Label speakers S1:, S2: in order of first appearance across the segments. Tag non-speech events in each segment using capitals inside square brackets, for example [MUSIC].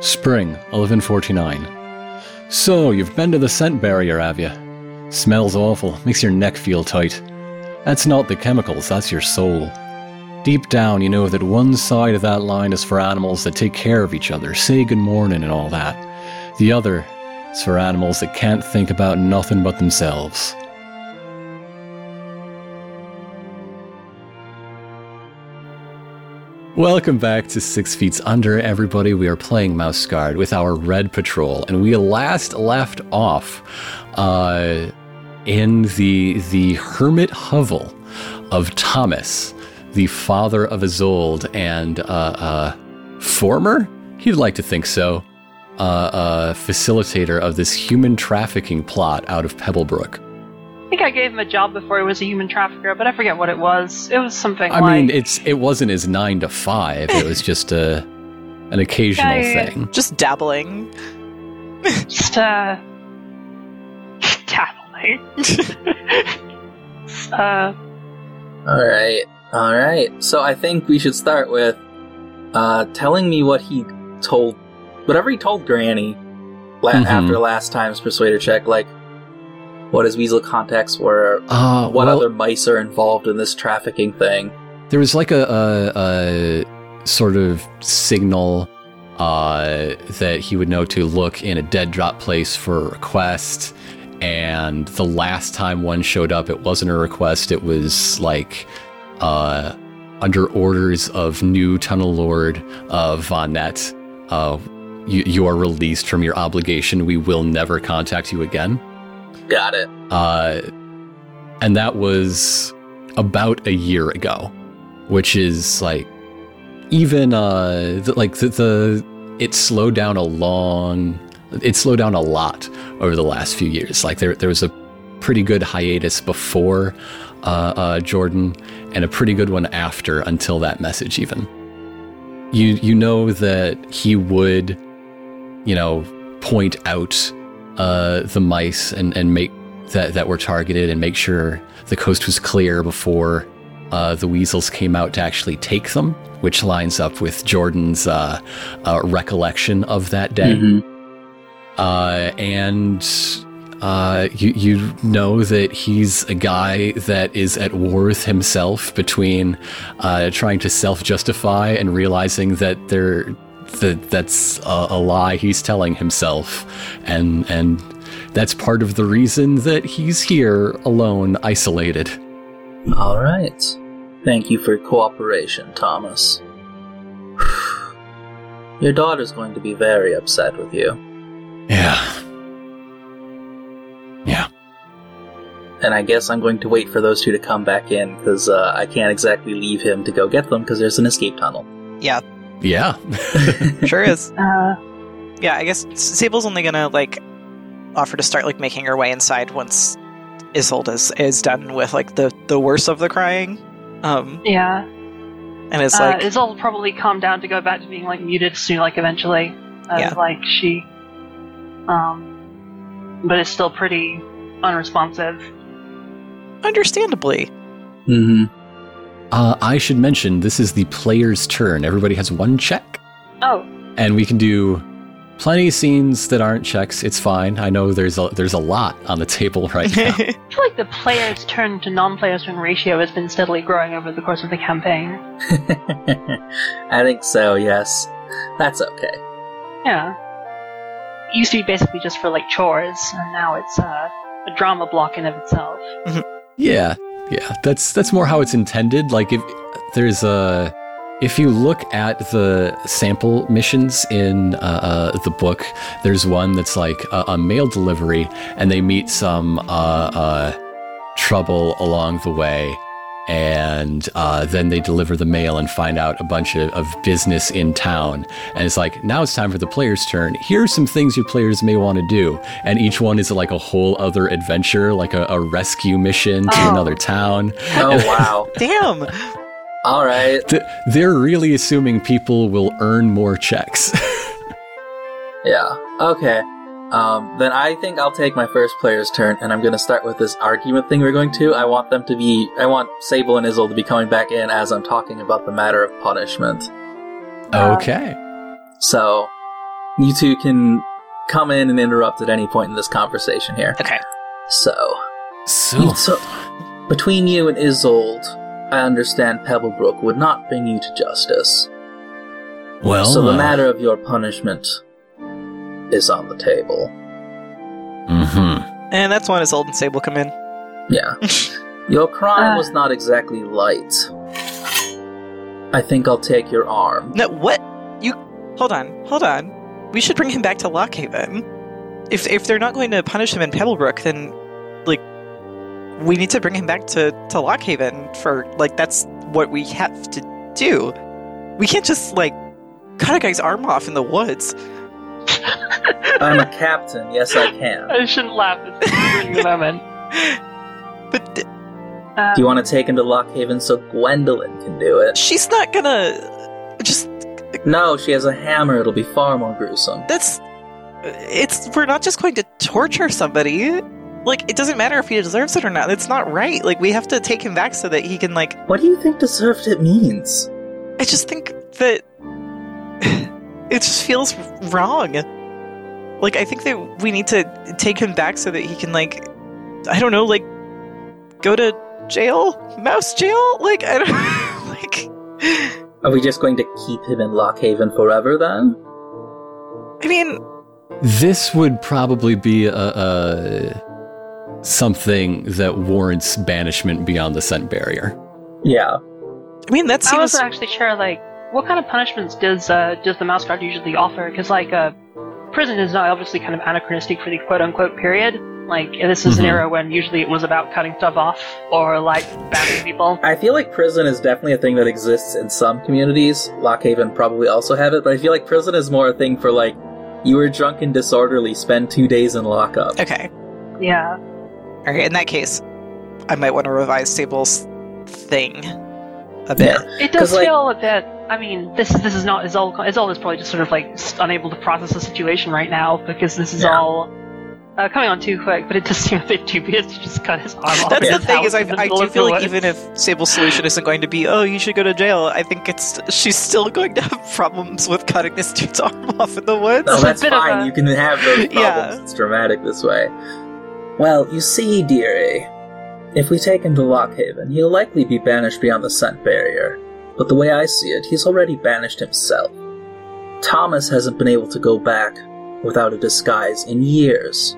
S1: Spring, 1149. So, you've been to the scent barrier, have you? Smells awful, makes your neck feel tight. That's not the chemicals, that's your soul. Deep down, you know that one side of that line is for animals that take care of each other, say good morning and all that. The other is for animals that can't think about nothing but themselves. Welcome back to Six Feet Under, everybody. We are playing Mouse Guard with our Red Patrol, and we last left off uh, in the the hermit hovel of Thomas, the father of Isolde and uh, uh, former, he'd like to think so, uh, uh, facilitator of this human trafficking plot out of Pebblebrook.
S2: I think I gave him a job before he was a human trafficker, but I forget what it was. It was something
S1: I
S2: like
S1: mean, it's it wasn't his nine to five; it was just a an occasional
S2: Yeah.
S1: thing.
S3: Just dabbling.
S2: just uh,
S3: [LAUGHS]
S2: dabbling. uh,
S4: All right, all right. So I think we should start with uh, telling me what he told, whatever he told Granny la-
S1: Mhm.
S4: after last time's persuader check, like what his weasel contacts were,
S1: Uh,
S4: what
S1: well,
S4: other mice are involved in this trafficking thing.
S1: There was like a, a, a sort of signal uh, that he would know to look in a dead drop place for a request. And the last time one showed up, it wasn't a request. It was like uh, under orders of new Tunnel Lord uh, Von Nett. Uh, you, you are released from your obligation. We will never contact you again.
S4: Got it.
S1: Uh, and that was about a year ago, which is like even uh th- like the, the it slowed down a long it slowed down a lot over the last few years. Like there there was a pretty good hiatus before uh, uh, Jordan and a pretty good one after until that message even. You you know that he would, you know, point out uh, the mice and, and make that, that were targeted and make sure the coast was clear before uh, the weasels came out to actually take them, which lines up with Jordan's uh, uh, recollection of that day.
S4: Mhm.
S1: Uh, and uh, you, you know that he's a guy that is at war with himself between uh, trying to self justify and realizing that there that that's a, a lie he's telling himself, and and that's part of the reason that he's here alone, isolated.
S4: All right. Thank you for your cooperation, Thomas. [SIGHS] Your daughter's going to be very upset with you.
S1: Yeah. Yeah.
S4: And I guess I'm going to wait for those two to come back in because uh, I can't exactly leave him to go get them because there's an escape tunnel.
S3: Yeah,
S1: Yeah.
S2: [LAUGHS]
S3: sure is.
S2: uh,
S3: Yeah, I guess S- Sable's only gonna like offer to start like making her way inside once Isolde is, is done with like the the worst of the crying. Um,
S2: yeah.
S3: and it's
S2: uh,
S3: like
S2: Isolde probably calmed down to go back to being like muted soon, like eventually. Uh,
S3: Yeah.
S2: Like she, um, but it's still pretty unresponsive.
S3: understandably.
S4: Mm-hmm. [LAUGHS]
S1: Uh, I should mention this is the player's turn. Everybody has one check.
S2: Oh,
S1: and we can do plenty of scenes that aren't checks. It's fine. I know there's a there's a lot on the [LAUGHS] table right
S3: [LAUGHS]
S1: now.
S2: I feel like the player's turn to non-player's turn ratio has been steadily growing over the course of the campaign.
S4: I think so, yes. That's okay.
S2: Yeah. It used to be basically just for like chores, and now it's uh, a drama block in of itself.
S1: yeah, yeah. That's that's more how it's intended. Like if there's a if you look at the sample missions in uh, uh, the book, there's one that's like a, a mail delivery, and they meet some uh, uh, trouble along the way. And uh, then they deliver the mail and find out a bunch of, of business in town. And it's like, now it's time for the player's turn. Here's some things your players may want to do. And each one is like a whole other adventure, like a, a rescue mission to
S2: Oh.
S1: another town.
S2: [LAUGHS]
S4: [LAUGHS] Oh, wow.
S3: Damn.
S4: All right.
S1: Th- they're really assuming people will earn more checks. [LAUGHS]
S4: Yeah. Okay. Um, then I think I'll take my first player's turn, and I'm going to start with this argument thing we're going to. I want them to be. I want Sable and Izzle to be coming back in as I'm talking about the matter of punishment.
S1: okay.
S4: So, you two can come in and interrupt at any point in this conversation here.
S3: Okay.
S4: So,
S1: So,
S4: so between you and Isold, I understand Pebblebrook would not bring you to justice.
S1: well,
S4: so the
S1: uh,
S4: matter of your punishment is on the table.
S1: mhm.
S3: And that's when Isolde and Sable come in.
S4: Yeah. your crime
S2: Uh.
S4: was not exactly light. I think I'll take your arm.
S3: No, what? You hold on, hold on. We should bring him back to Lockhaven. If if they're not going to punish him in Pebblebrook, then like we need to bring him back to to Lockhaven for like that's what we have to do. We can't just like cut a guy's arm off in the woods. [LAUGHS]
S4: I'm a captain. Yes, I can.
S2: I shouldn't laugh. This is
S4: [LAUGHS]
S2: really moment.
S3: But th-
S2: Uh,
S4: Do you want to take him to Lockhaven so Gwendolyn can do it?
S3: she's not gonna just
S4: No, she has a hammer. It'll be far more gruesome.
S3: that's it's we're not just going to torture somebody like it doesn't matter if he deserves it or not it's not right like we have to take him back so that he can like
S4: What do you think deserved it means?
S3: i just think that [LAUGHS] it just feels wrong like i think that we need to take him back so that he can like i don't know like go to jail mouse jail like i don't [LAUGHS] like
S4: Are we just going to keep him in Lockhaven forever then?
S3: i mean
S1: this would probably be a, a something that warrants banishment beyond the scent barrier.
S4: Yeah.
S3: i mean that
S2: I
S3: seems
S2: wasn't actually sure, like, what kind of punishments does uh, does the Mouse Guard usually offer? Because, like, uh, prison is not obviously kind of anachronistic for the quote unquote period. Like, this is an
S1: Mhm.
S2: era when usually it was about cutting stuff off or, like, banning people.
S4: I feel like prison is definitely a thing that exists in some communities. Lockhaven probably also have it, but I feel like prison is more a thing for like you were drunk and disorderly, spend two days in lockup.
S3: okay
S2: Yeah.
S3: All right, in that case, I might want to revise Sable's thing a bit.
S2: It does
S4: 'Cause, like-
S2: feel a bit. I mean, this this is not Izol. Izol is probably just sort of like s- unable to process the situation right now because this is
S4: Yeah.
S2: all uh, coming on too quick. But it does [LAUGHS] seem a bit dubious to just cut his arm off.
S3: That's
S2: in
S3: the
S2: his
S3: thing
S2: house
S3: is I,
S2: in the
S3: I
S2: middle
S3: do
S2: of the
S3: feel like
S2: woods.
S3: even if Sable's solution isn't going to be oh you should go to jail, I think it's she's still going to have problems with cutting this dude's [LAUGHS] arm off in the woods.
S4: No,
S2: a
S4: that's
S2: bit of
S4: fine.
S2: a-
S4: You can have those
S3: [LAUGHS]
S4: problems.
S3: Yeah.
S4: It's dramatic this way. Well, you see, dearie, if we take him to Lockhaven, he'll likely be banished beyond the scent barrier. But the way I see it, he's already banished himself. Thomas hasn't been able to go back without a disguise in years.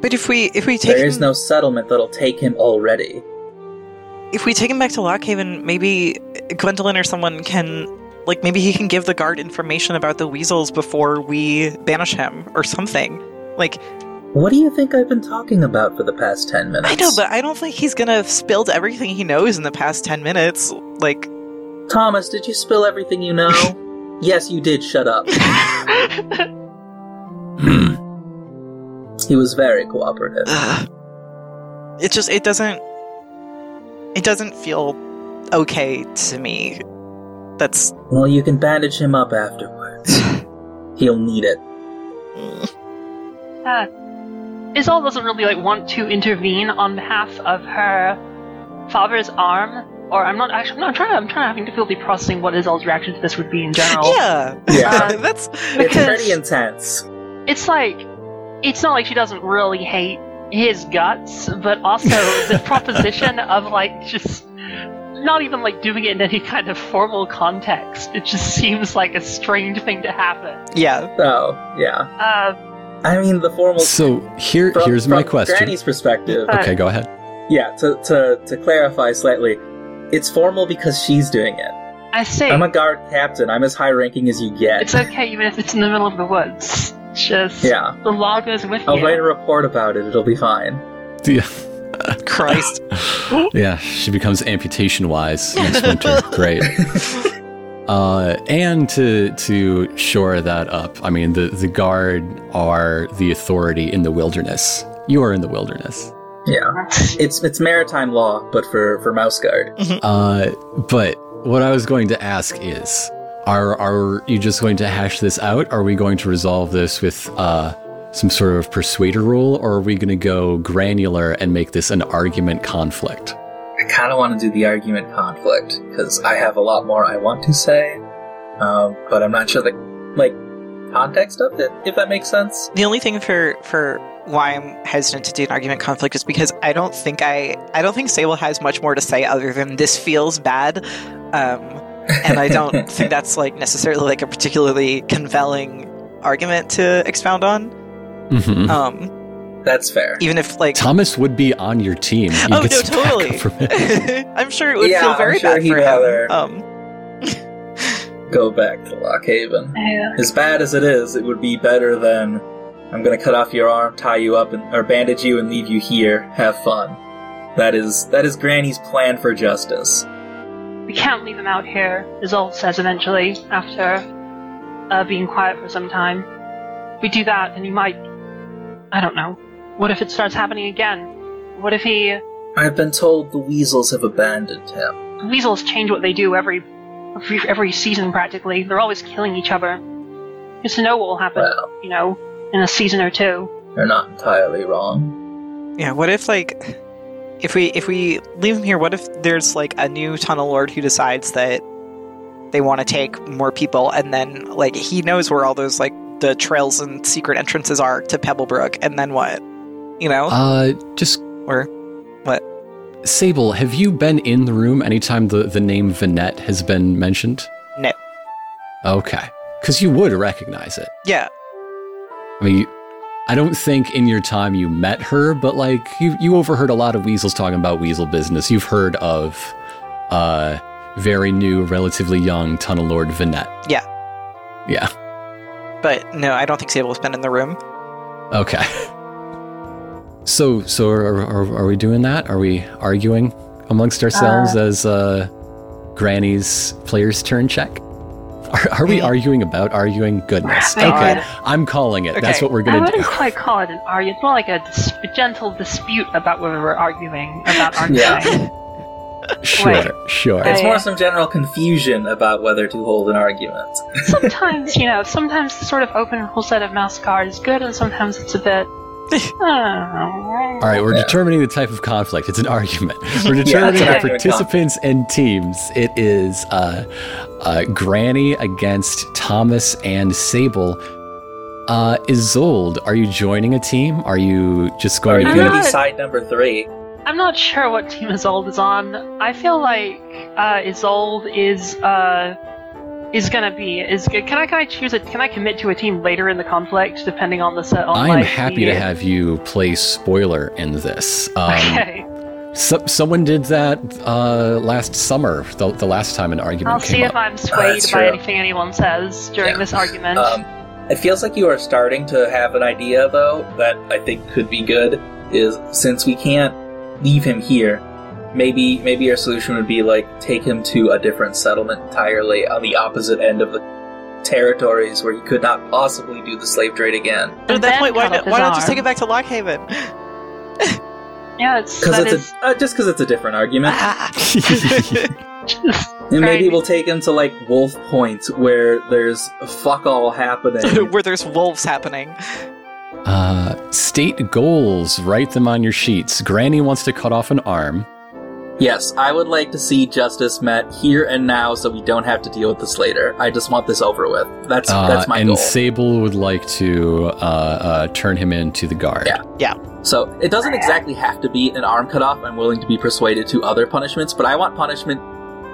S3: But if we if we take
S4: There
S3: him,
S4: is no settlement that'll take him already.
S3: if we take him back to Lockhaven, maybe Gwendolyn or someone can like maybe he can give the guard information about the weasels before we banish him or something. Like
S4: What do you think I've been talking about for the past ten minutes?
S3: I know, but I don't think he's gonna have spilled everything he knows in the past ten minutes. Like
S4: Thomas, did you spill everything
S2: [LAUGHS]
S4: you know? yes, you did. Shut up.
S1: Hmm.
S4: He was very cooperative.
S3: Ugh. it just it doesn't it doesn't feel okay to me that's
S4: Well, you can bandage him
S1: [LAUGHS]
S4: up afterwards. He'll need it.
S2: Uh, Isol doesn't really like want to intervene on behalf of her father's arm, or I'm not actually. No, I'm trying. I'm trying having difficulty processing what Isol's reaction to this would be in general.
S3: yeah
S2: Yeah.
S3: [LAUGHS] that's
S4: It's
S2: Because-
S4: pretty intense.
S2: It's like, it's not like she doesn't really hate his guts, but also
S4: [LAUGHS]
S2: the proposition of like just not even like doing it in any kind of formal context. It just seems like a strange thing to happen.
S3: yeah
S4: So, yeah.
S2: Uh,
S4: I mean, the formal.
S1: So here,
S4: from-
S1: here's my
S4: from
S1: question.
S4: Granny's perspective.
S2: Uh,
S1: okay, go ahead.
S4: Yeah, to, to, to clarify slightly, it's formal because she's doing it.
S2: I see.
S4: I'm a guard captain. I'm as high ranking as you get.
S2: it's okay even if it's in the middle of the woods. Just
S4: yeah.
S2: the law goes with
S4: I'll
S2: you.
S4: write a report about it. It'll be fine.
S1: Yeah.
S3: christ
S1: Yeah, she becomes amputation wise next winter. Great. Uh, and to to shore that up, I mean the the guard are the authority in the wilderness. You are in the wilderness.
S4: Yeah. It's it's maritime law, but for for mouse guard.
S1: Uh, but what I was going to ask is, are are you just going to hash this out? Are we going to resolve this with uh? Some sort of persuader rule, or are we going to go granular and make this an argument conflict?
S4: I kind of want to do the argument conflict because I have a lot more I want to say, um, but I'm not sure that like context of it, if that makes sense.
S3: The only thing for for why I'm hesitant to do an argument conflict is because I don't think I I don't think Sable has much more to say other than this feels bad, um, and I
S4: [LAUGHS]
S3: don't think that's like necessarily like a particularly compelling argument to expound on.
S1: Mhm.
S3: Um,
S4: That's fair.
S3: even if like
S1: Thomas would be on your team. You
S3: Oh,
S1: get
S3: no,
S1: some backup
S3: totally.
S1: from him.
S3: [LAUGHS] I'm sure it would
S4: Yeah,
S3: feel
S4: I'm
S3: very
S4: sure
S3: bad
S4: he'd
S3: for him.
S4: rather-
S3: Um,
S4: Go back to Lock Haven.
S2: Yeah.
S4: As bad as it is, it would be better than I'm gonna cut off your arm, tie you up, and, or bandage you and leave you here. Have fun. That is that is Granny's plan for justice.
S2: We can't leave him out here, Isolde says eventually, after uh, being quiet for some time. We do that, and he might. I don't know. What if it starts happening again? What if he.
S4: I've been told the weasels have abandoned him.
S2: Weasels change what they do every, every every season practically. They're always killing each other. Just to know what will happen,
S4: Well,
S2: you know, in a season or two.
S4: they're not entirely wrong.
S3: yeah. What if like if we if we leave him here? What if there's like a new tunnel lord who decides that they want to take more people, and then like he knows where all those like the trails and secret entrances are to Pebblebrook, and then what? You know,
S1: Uh, just
S3: or what?
S1: Sable, have you been in the room anytime the, the name Vinette has been mentioned?
S3: No.
S1: Okay. Because you would recognize it.
S3: yeah,
S1: I mean, you- I don't think in your time you met her, but like you, you overheard a lot of weasels talking about weasel business. You've heard of uh, very new, relatively young Tunnel Lord Vinette.
S3: Yeah.
S1: Yeah.
S3: but no, I don't think Sable's been in the room.
S1: Okay. So, so are, are, are we doing that? Are we arguing amongst ourselves as uh, Granny's player's turn check? Are, are we
S3: Mm.
S1: arguing about arguing? Goodness.
S2: I
S1: Okay,
S2: would-
S1: I'm calling it. That's
S3: Okay.
S1: what we're
S2: I
S1: gonna do.
S2: wouldn't quite call it an argument. It's more like a, dis- a gentle dispute about whether we're arguing about arguing.
S1: [LAUGHS] Sure, sure.
S2: I-
S4: It's more some general confusion about whether to hold an argument.
S2: sometimes, you know, sometimes the sort of open whole set of mouse guard is good, and sometimes it's a
S3: [LAUGHS]
S2: bit.
S1: All
S2: Alright.
S1: right, we're
S4: Yeah.
S1: determining the type of conflict. It's an [LAUGHS] argument. We're
S4: it's an
S1: determining our
S4: argument
S1: participants and teams. It is uh, uh, Granny against Thomas and Sable. Uh, Isolde, are you joining a team? Are you just
S4: Are
S1: going
S4: you
S1: to
S2: I'm
S1: be?
S4: gonna be
S2: not-
S4: side number three?
S2: I'm not sure what team Isolde is on. I feel like uh, Isolde is uh, is gonna be is. Can I can I choose it? Can I commit to a team later in the conflict, depending on the set? On,
S1: I am
S2: like,
S1: happy
S2: the-
S1: to have you play spoiler in this. Um,
S2: [LAUGHS] Okay,
S1: [LAUGHS] so- someone did that uh, last summer, the, the last time an argument
S2: I'll
S1: came
S2: see
S1: up.
S2: if I'm swayed
S4: that's
S2: by
S4: true.
S2: anything anyone says during
S4: Yeah.
S2: this argument.
S4: Um, it feels like you are starting to have an idea, though, that I think could be good. Is since we can't leave him here, maybe maybe our solution would be like take him to a different settlement entirely on the opposite end of the territories where he could not possibly do the slave trade again.
S3: But at that
S2: then
S3: point,
S2: cut
S3: why
S2: off
S3: not,
S2: his
S3: why not just
S2: arm.
S3: take it back to Lockhaven? [LAUGHS]
S2: Yeah, it's
S4: Because
S2: that
S4: it's
S2: is
S4: a, uh, just because it's a different argument.
S3: Ah.
S4: and maybe
S2: Uh, right.
S4: we'll take him to like Wolf Point where there's fuck all
S3: [LAUGHS]
S4: happening.
S3: Where there's wolves happening.
S1: Uh, state goals, write them on your sheets. Granny wants to cut off an arm.
S4: yes, I would like to see justice met here and now, so we don't have to deal with this later. I just want this over with. That's
S1: Uh,
S4: that's my
S1: and
S4: goal.
S1: Sable would like to uh, uh, turn him in to the guard.
S4: Yeah. So it doesn't exactly have to be an arm cut off. I'm willing to be persuaded to other punishments, but I want punishment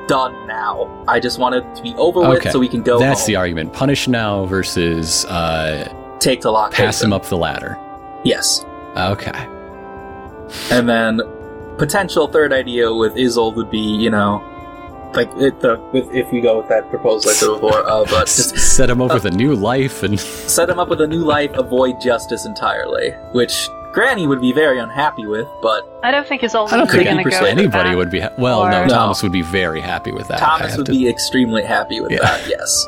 S4: done now. I just want it to be over
S1: Okay.
S4: with so we can go
S1: That's the
S4: home,
S1: argument. Punish now versus uh,
S4: take the lock.
S1: pass him up the ladder.
S4: Yes.
S1: Okay.
S4: And then potential third idea with Isolde would be, you know, like it, the, with, if we go with that proposal I said before, uh, but just
S1: S- set him up with a new life and
S4: set him up with a new life, avoid justice entirely, which Granny would be very unhappy with, but
S2: [LAUGHS] I don't think Isolde
S1: I don't
S2: is
S1: think
S2: gonna
S4: he
S2: go with
S4: persuaded
S1: anybody
S2: that.
S1: would be. Ha- well, no,
S2: Or-
S1: Thomas would be very happy with that. I
S4: Thomas
S1: have
S4: would
S1: to-
S4: be extremely happy with
S1: Yeah.
S4: that. Yes.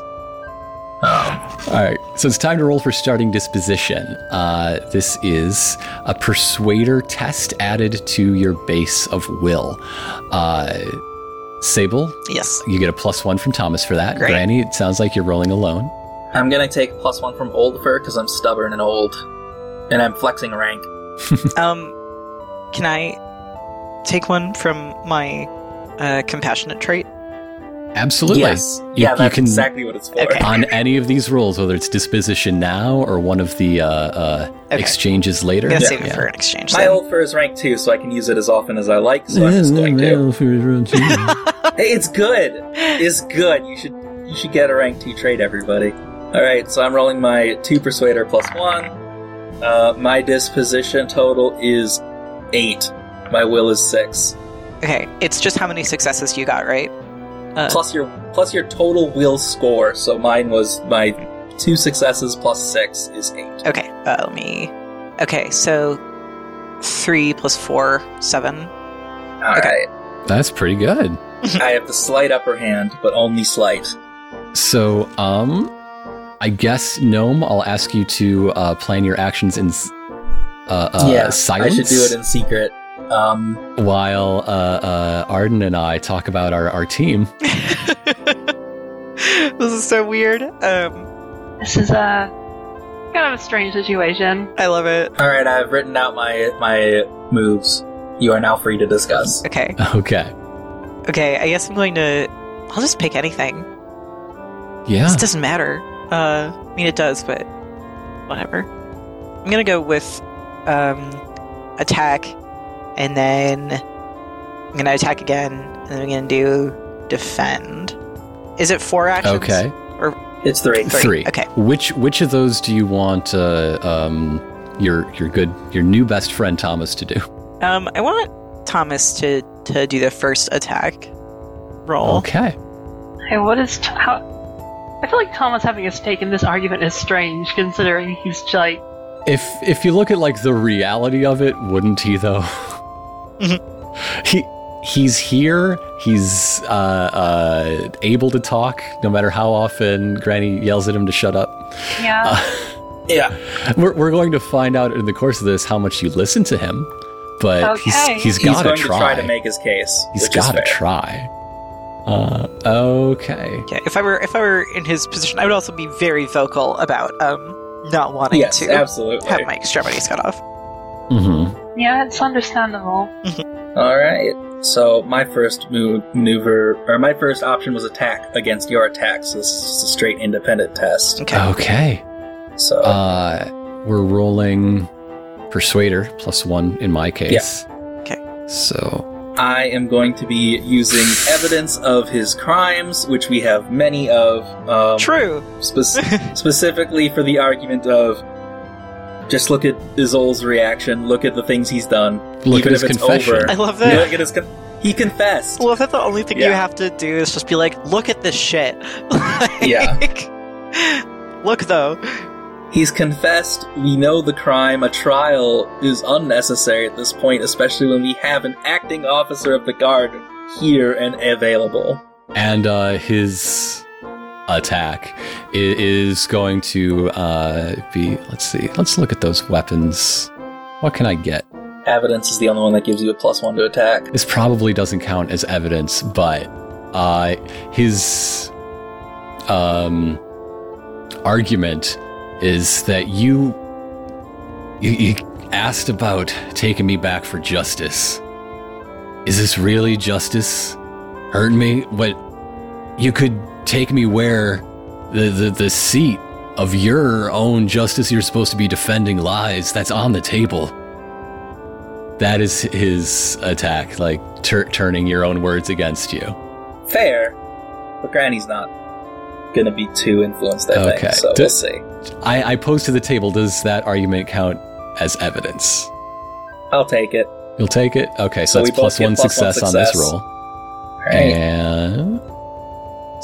S4: Um,
S1: All right, so it's time to roll for starting disposition. Uh, this is a persuader test added to your base of will. Uh, Sable,
S3: Yes.
S1: You get a plus one from Thomas for that.
S3: Great.
S1: Granny, it sounds like you're rolling alone.
S4: I'm gonna take plus one from old fur because I'm stubborn and old, and I'm flexing rank.
S3: Um, can I take one from my uh, compassionate trait?
S1: Absolutely.
S4: Yes.
S1: You-
S4: yeah,
S1: you
S4: that's
S1: can-
S4: exactly what it's for.
S3: Okay.
S1: On any of these rules, whether it's disposition now or one of the uh, uh,
S3: Okay.
S1: exchanges later.
S3: I'm gonna
S4: Yeah.
S3: save it for an exchange.
S4: My
S3: then.
S4: old fur is rank two, so I can use it as often as I like. So I'm just going to.
S1: Yeah.
S4: Hey, it's good. It's good. You should you should get a rank two trade, everybody. All right, so I'm rolling my two persuader plus one. Uh, my disposition total is eight. My will is six.
S3: Okay, it's just how many successes you got, right? Uh,
S4: Plus your plus your total will score. So mine was my two successes plus six is eight.
S3: okay, uh, let me. Okay, so three plus four, seven. [LAUGHS]
S4: All
S3: Okay.
S1: [LAUGHS]
S4: right,
S1: That's pretty good.
S4: I have the slight upper hand, but only slight.
S1: So, um, I guess gnome, I'll ask you to uh, plan your actions in s- uh, uh,
S4: Yeah,
S1: silence.
S4: I should do it in secret. Um,
S1: while uh, uh, Arden and I talk about our, our team. [LAUGHS]
S3: this is so weird. Um,
S2: This is a kind of a strange situation.
S3: I love it.
S4: All right, I've written out my my moves. You are now free to discuss.
S3: Okay,
S1: Okay.
S3: okay. I guess I'm going to. I'll just pick anything.
S1: Yeah.
S3: This doesn't matter. Uh, I mean, it does, but whatever. I'm gonna go with um, attack, and then I'm gonna attack again, and then I'm gonna do defend. Is it four actions?
S1: Okay.
S4: It's three.
S3: Three.
S1: Three.
S3: Okay.
S1: Which which of those do you want uh, um, your your good your new best friend Thomas to do?
S3: Um, I want Thomas to to do the first attack roll.
S1: Okay.
S2: Hey, what is t- how? I feel like Thomas having a stake in this argument is strange, considering he's like
S1: If if you look at like the reality of it, wouldn't he though? [LAUGHS]
S3: Mhm.
S1: he he's here. He's uh, uh, able to talk, no matter how often Granny yells at him to shut up.
S2: yeah.
S1: [LAUGHS]
S4: Yeah.
S1: We're, we're going to find out in the course of this how much you listen to him, but
S2: Okay.
S1: he's, he's
S4: He's
S1: got to
S4: going
S1: try.
S4: to try to make his case.
S1: he's
S4: which is
S1: got to
S4: fair.
S1: try. Uh, okay.
S3: Okay. If I were if I were in his position, I would also be very vocal about um not wanting
S4: Yes,
S3: to
S4: absolutely.
S3: have my extremities cut off.
S4: Mm-hmm.
S1: hmm
S2: Yeah, it's understandable.
S4: All right. So my first move, maneuver, or my first option was attack against your attack. So this is just a straight independent test.
S3: Okay.
S1: Okay.
S4: So
S1: Uh, we're rolling Persuader plus one in my case.
S3: Okay.
S1: So,
S4: I am going to be using evidence of his crimes, which we have many of.
S1: Oh.
S4: Um,
S3: True.
S4: spec-
S3: [LAUGHS]
S4: specifically for the argument of just look at Izol's reaction, look at the things he's done.
S1: look
S4: Even
S1: at his
S4: if it's
S1: confession.
S4: over.
S3: I love that.
S4: Look at his con- he confessed.
S3: Well, if that's the only thing you
S4: Yeah.
S3: have to do is just be like, look at this shit. [LAUGHS]
S4: Yeah.
S3: Like, Look though.
S4: He's confessed. We know the crime. A trial is unnecessary at this point, especially when we have an acting officer of the guard here and available.
S1: And uh, his attack i- is going to uh, be. Let's see. Let's look at those weapons. What can I get?
S4: Evidence is the only one that gives you a plus one to attack.
S1: This probably doesn't count as evidence, but uh, his um, argument is that you, you you asked about taking me back for justice. Is this really justice? Hurt me? But you could take me where the, the, the seat of your own justice you're supposed to be defending lies that's on the table. That is his attack, like tur turning your own words against you.
S4: Fair, but Granny's not gonna be too influenced. I
S1: Okay.
S4: think so.
S1: Do-
S4: we'll see.
S1: I, I pose to the table, does that argument count as evidence?
S4: I'll take it.
S1: You'll take it? Okay, so,
S4: So we
S1: that's
S4: both
S1: plus
S4: get
S1: one,
S4: plus one
S1: success on this
S4: success.
S1: roll.
S4: All right.
S1: And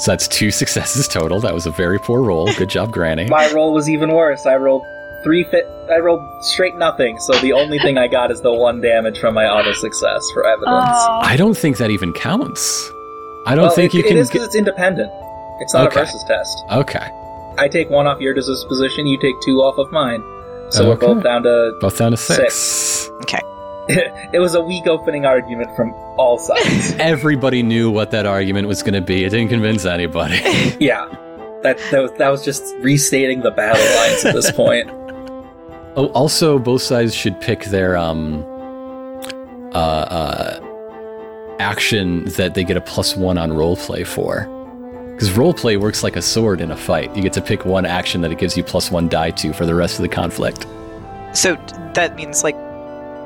S1: so that's two [LAUGHS] successes total. That was a very poor roll. Good job,
S4: [LAUGHS]
S1: Granny.
S4: My roll was even worse. I rolled three fit. I rolled straight nothing. So the only thing I got is the one damage from my auto success for evidence.
S2: Oh,
S1: I don't think that even counts. I don't
S4: Well,
S1: think
S4: it-
S1: you can
S4: It is
S1: get.
S4: because it's independent. It's not
S1: Okay.
S4: a versus test.
S1: Okay,
S4: I take one off your disposition. You take two off of mine. So we're
S1: Okay.
S4: both down to.
S1: both down to six.
S4: It was a weak opening argument from
S1: [LAUGHS]
S4: all sides.
S1: Everybody knew what that argument was going to be. It didn't convince anybody. [LAUGHS]
S4: yeah, that that was, that was just restating the battle lines
S1: [LAUGHS]
S4: at this point.
S1: Oh, also, both sides should pick their um, uh, uh, action that they get a plus one on role play for. Because roleplay works like a sword in a fight. You get to pick one action that it gives you plus one die to for the rest of the conflict.
S3: So that means like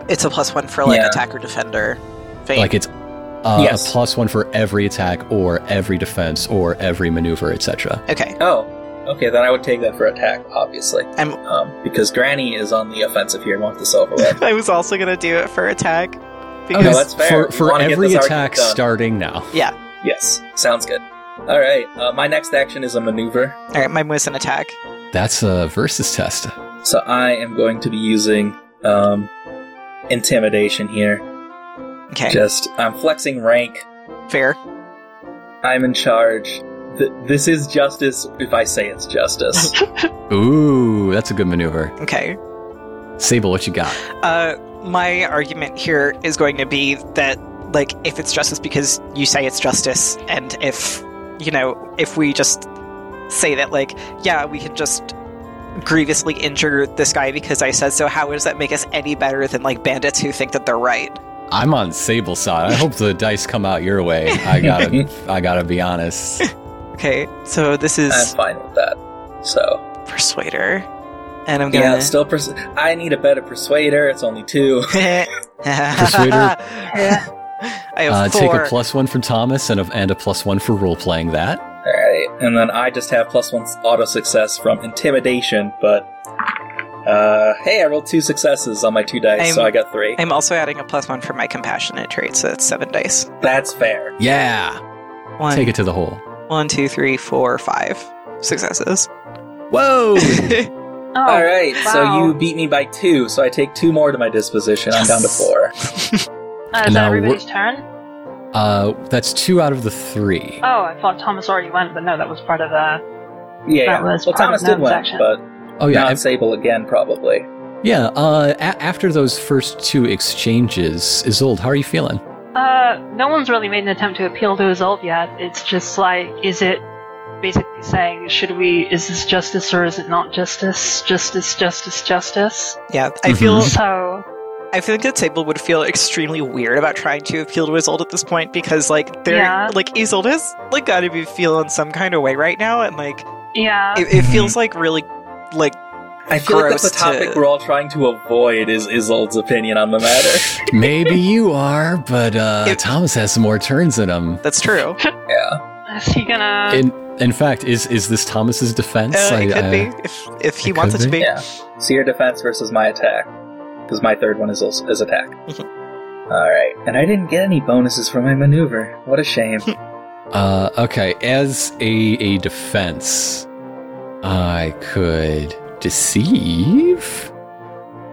S3: it's a plus one for like
S4: Yeah.
S3: attacker defender. Thing.
S1: Like it's uh,
S4: Yes.
S1: a plus one for every attack or every defense or every maneuver, etc.
S3: okay.
S4: Oh, okay, then I would take that for attack, obviously.
S3: I'm-
S4: um, because Granny is on the offensive here and wants this
S1: [LAUGHS]
S4: over with.
S3: I was also gonna do it for attack
S4: Oh, No,
S3: because
S4: that's fair.
S1: For,
S4: We
S1: for
S4: wanna get
S1: every
S4: this
S1: attack
S4: argument done.
S1: starting now.
S4: Yes, sounds good. All right, uh, my next action is a maneuver.
S3: all right, mine was an attack.
S1: That's a versus test.
S4: So I am going to be using um, intimidation here.
S3: Okay,
S4: Just I'm flexing rank.
S3: fair.
S4: I'm in charge. Th- this is justice if I say it's justice.
S1: Ooh, that's a good maneuver.
S3: Okay.
S1: Sable, what you got?
S3: Uh, my argument here is going to be that like if it's justice because you say it's justice, and if you know if we just say that like yeah we can just grievously injure this guy because I said so, how does that make us any better than like bandits who think that they're right?
S1: I'm on Sable's side. I hope the dice come out your way. I gotta, [LAUGHS] I gotta be honest.
S3: Okay, so this is
S4: I'm fine with that. So
S3: persuader, and I'm
S4: Uh, yeah,
S3: gonna. [LAUGHS]
S4: still. Pers- I need a better persuader. It's only two. [LAUGHS]
S1: Persuader.
S3: [LAUGHS] I have
S1: Uh,
S3: four.
S1: take a plus one from Thomas and a, and a plus one for role playing that.
S4: All right, and then I just have plus one auto success from intimidation, but uh, hey, I rolled two successes on my two dice, so
S3: I'm-
S4: I got three.
S3: I'm also adding a plus one for my compassionate trait, so that's seven dice.
S4: That's fair.
S1: Yeah,
S3: One,
S1: take it to the hole.
S3: one, two, three, four, five successes.
S4: [LAUGHS]
S1: Whoa!
S2: Oh,
S4: All right, so
S2: wow.
S4: you beat me by two, so I take two more to my disposition. I'm down to
S3: Yes.
S4: four.
S2: uh, is
S1: Now
S2: that
S1: we're-
S2: everybody's turn?
S1: [LAUGHS] uh, that's two out of the three.
S2: Oh, I thought Thomas already went, but no, that was part of uh,
S4: Yeah, yeah.
S2: That was
S4: well,
S2: part of
S4: Thomas did
S2: Nam's
S4: win,
S2: action.
S4: but
S1: Oh yeah,
S4: not
S1: and-
S4: Sable again, probably.
S1: yeah. Uh, a- after those first two exchanges, Isolde, how are you feeling?
S2: Uh, no one's really made an attempt to appeal to Isolde yet. It's just like, is it basically saying, should we, is this justice or is it not justice? Justice, justice, justice.
S3: Yeah,
S4: Mm-hmm.
S3: I feel.
S2: So,
S3: I feel like that Sable would feel extremely weird about trying to appeal to Isolde at this point because, like, they're
S2: Yeah.
S3: like Isolde's like got to be feeling some kind of way right now, and like
S2: Uh, yeah.
S3: it, it
S4: Mhm.
S3: feels like really like
S4: I feel like
S3: Gross
S4: that's the topic
S3: to-
S4: we're all trying to avoid is Isolde's opinion on the matter.
S1: Maybe you are, but uh,
S3: It-
S1: Thomas has some more turns in him.
S3: that's
S4: [LAUGHS]
S3: true. Uh,
S4: yeah.
S2: Is he gonna.
S1: In in fact, is is this Thomas's defense?
S3: Uh,
S1: I-
S3: it could
S1: I-
S3: be if if he
S1: it
S3: wants it
S1: could
S3: to be.
S4: Yeah. [LAUGHS] So your defense versus my attack, because my third one is also, is attack. all right, and I didn't get any bonuses for my maneuver. What a shame.
S1: Uh, okay, as a, a defense, I could deceive,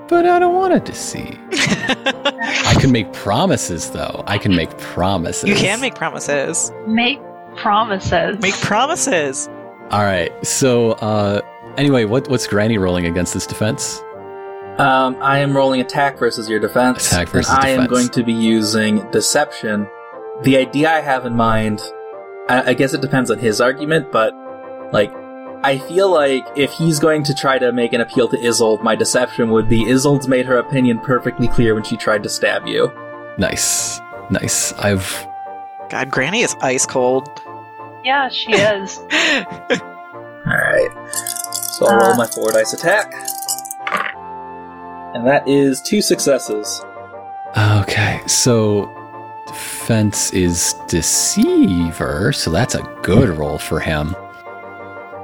S1: but I don't want to deceive. I can make promises, though. I can make promises.
S3: [LAUGHS] You can make promises.
S2: make promises?
S3: Make promises.
S1: All right. So, uh, anyway, what what's Granny rolling against this defense?
S4: Um, I am rolling attack versus your defense.
S1: Attack versus
S4: and I am
S1: defense.
S4: going to be using deception. The idea I have in mind, I, I guess it depends on his argument, but like, I feel like if he's going to try to make an appeal to Isolde, my deception would be Isolde's made her opinion perfectly clear when she tried to stab you.
S1: Nice, nice. I've
S3: God, Granny is ice cold. [LAUGHS]
S2: Yeah, she is.
S4: All right, so I'll roll
S2: Uh.
S4: my four dice attack, and that is two successes.
S1: okay. So, defense is deceiver. So that's a good roll for him.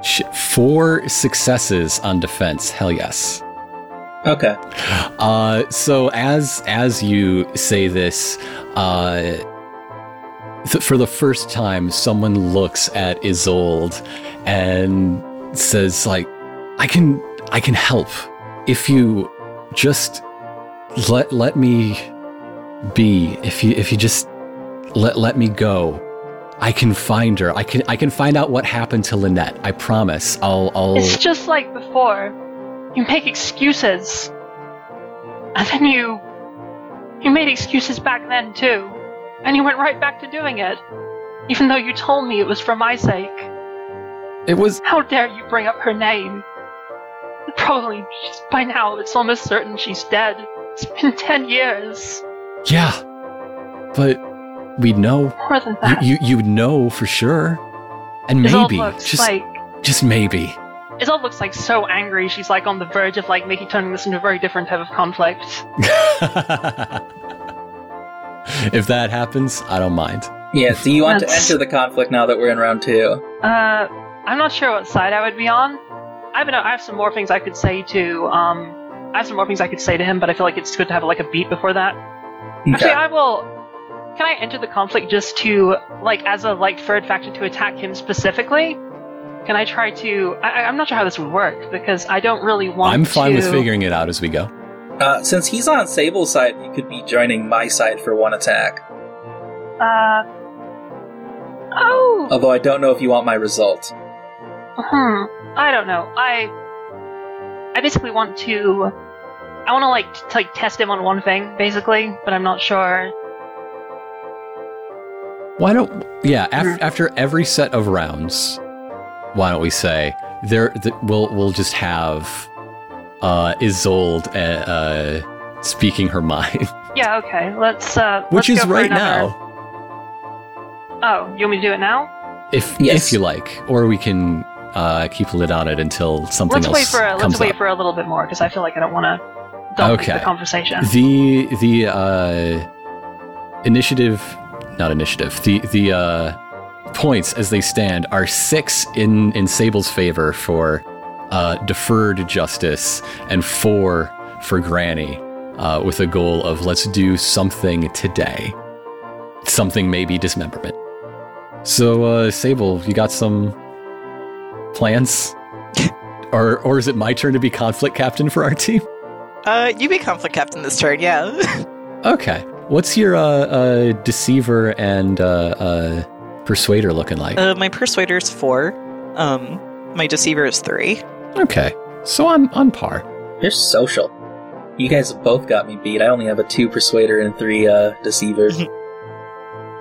S1: Shit, four successes on defense. Hell yes.
S4: Okay,
S1: Uh, so as as you say this, uh, th- for the first time, someone looks at Isolde and says, "Like, I can I can help if you just let let me be. If you if you just let let me go." I can find her. I can I can find out what happened to Lynette. I promise. I'll I'll
S2: It's just like before. You make excuses. And then you. You made excuses back then, too. And you went right back to doing it. Even though you told me it was for my sake.
S1: It was
S2: How dare you bring up her name? Probably she's- by now it's almost certain she's dead. It's been ten years.
S1: Yeah, but we know
S2: More than
S1: you,
S2: that.
S1: you you know for sure. And
S2: Isolde
S1: maybe,
S2: looks
S1: just
S2: like
S1: just maybe, [LAUGHS]
S2: Isolde looks like so angry. She's like on the verge of like making turning this into a very different type of conflict.
S1: if that happens, I don't mind.
S4: Yeah, do you want
S2: That's-
S4: to enter the conflict now that we're in round two?
S2: Uh, I'm not sure what side I would be on. I don't know. I have some more things I could say to um, I have some more things I could say to him, but I feel like it's good to have like a beat before that. Actually,
S4: Okay.
S2: I will. Can I enter the conflict just to like as a like third factor to attack him specifically? Can I try to? I, I- I'm not sure how this would work because I don't really want.
S1: I'm fine with
S2: to-
S1: figuring it out as we go.
S4: Uh, since he's on Sable's side, he could be joining my side for one attack.
S2: Uh. Oh.
S4: Although I don't know if you want my result.
S2: Hmm. I don't know. I. I basically want to. I want to like t- like test him on one thing basically, but I'm not sure.
S1: Why don't yeah?
S2: Mm-hmm.
S1: Af- after every set of rounds, why don't we say there? Th- we'll we'll just have uh, Isolde uh, uh, speaking her [LAUGHS] mind,
S2: Yeah. Okay. Let's. uh
S1: which
S2: let's
S1: is
S2: go for
S1: right
S2: another-
S1: now,
S2: Oh, you want me to do it now?
S1: if
S4: Yes.
S1: if you like, or we can uh, keep a lid on it until something
S2: let's
S1: else
S2: wait for a,
S1: comes
S2: let's wait
S1: up.
S2: for a little bit more because I feel like I don't want to dump
S1: Okay.
S2: the conversation.
S1: the the uh, initiative, not initiative. The the uh, points as they stand are six in in Sable's favor for uh, deferred justice and four for Granny, uh, with a goal of let's do something today, something maybe dismemberment. So uh, Sable, you got some plans. Or, or is it my turn to be conflict captain for our team?
S3: Uh, you be conflict captain this turn, yeah. [LAUGHS]
S1: Okay. What's your uh, uh, deceiver and uh, uh, persuader looking like?
S3: uh, my persuader is four. Um, my deceiver is three.
S1: okay. So I'm on par.
S4: You're social. You guys both got me beat. I only have a two persuader and three uh, deceiver.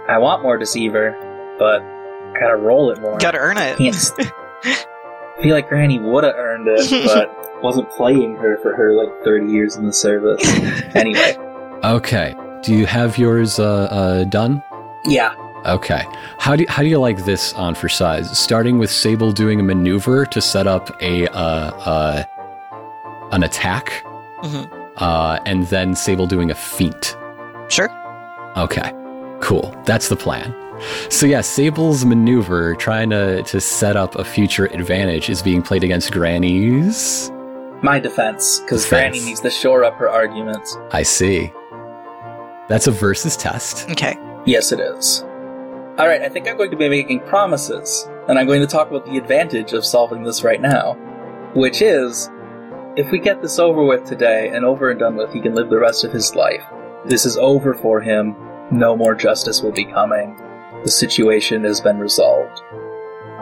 S4: I want more deceiver, but I gotta roll it more.
S3: Gotta earn it.
S4: Can't. I feel like Granny would have earned it, but wasn't playing her for her like 30 years in the service. Anyway,
S1: Okay. Do you have yours uh, uh, done?
S4: yeah,
S1: Okay. How do how do you like this on for size? Starting with Sable doing a maneuver to set up a uh, uh, an attack,
S3: Mhm.
S1: uh, and then Sable doing a feint.
S3: Sure.
S1: Okay, cool. That's the plan. So yeah, Sable's maneuver trying to to set up a future advantage is being played against Granny's.
S4: my defense, because
S1: Defense.
S4: Granny needs to shore up her arguments.
S1: I see. That's a versus test.
S3: Okay.
S4: Yes, it is. All right, I think I'm going to be making promises, and I'm going to talk about the advantage of solving this right now, which is if we get this over with today and over and done with, he can live the rest of his life. This is over for him. No more justice will be coming. The situation has been resolved.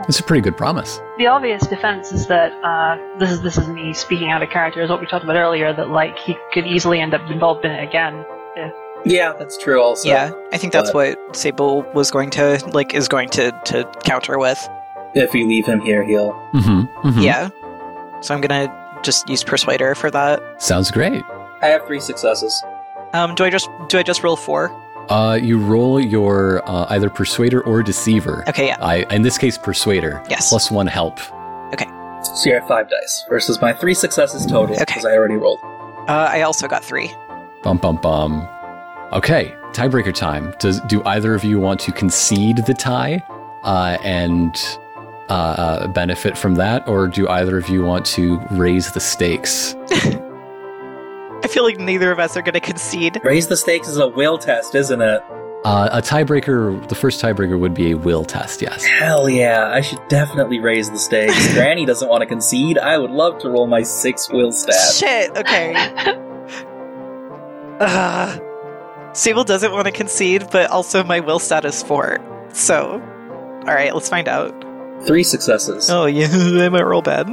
S1: That's a pretty good promise.
S2: The obvious defense is that uh, this is this is me speaking out of character. Is what we talked about earlier that like he could easily end up involved in it again.
S4: Yeah, that's true. Also,
S3: yeah, I think that's
S4: uh,
S3: what Sable was going to like is going to to counter with.
S4: if you leave him here, he'll.
S1: Mm-hmm.
S3: Yeah. So I'm gonna just use persuader for that.
S1: Sounds great.
S4: I have three successes.
S3: Um, do I just do I just roll four?
S1: Uh, you roll your uh, either persuader or deceiver.
S3: Okay, yeah,
S1: I in this case persuader.
S3: Yes.
S1: Plus one help.
S4: So you're at five dice versus my three successes total
S3: Okay.
S4: because I already rolled.
S3: uh, I also got three.
S1: Bum bum bum. Okay, tiebreaker time. Does do either of you want to concede the tie uh, and uh, uh, benefit from that, or do either of you want to raise the stakes?
S3: I feel like neither of us are gonna concede.
S4: Raise the stakes is a will test, isn't it?
S1: Uh, a tiebreaker. The first tiebreaker would be a will test. Yes.
S4: Hell yeah, I should definitely raise the
S3: [LAUGHS]
S4: stakes. Granny doesn't want to concede. I would love to roll my six will stat.
S3: Shit. Okay. uh, Sable doesn't want to concede, but also my will stat is four. So, all right, let's find out.
S4: Three successes.
S3: Oh [LAUGHS] yeah, I might roll bad.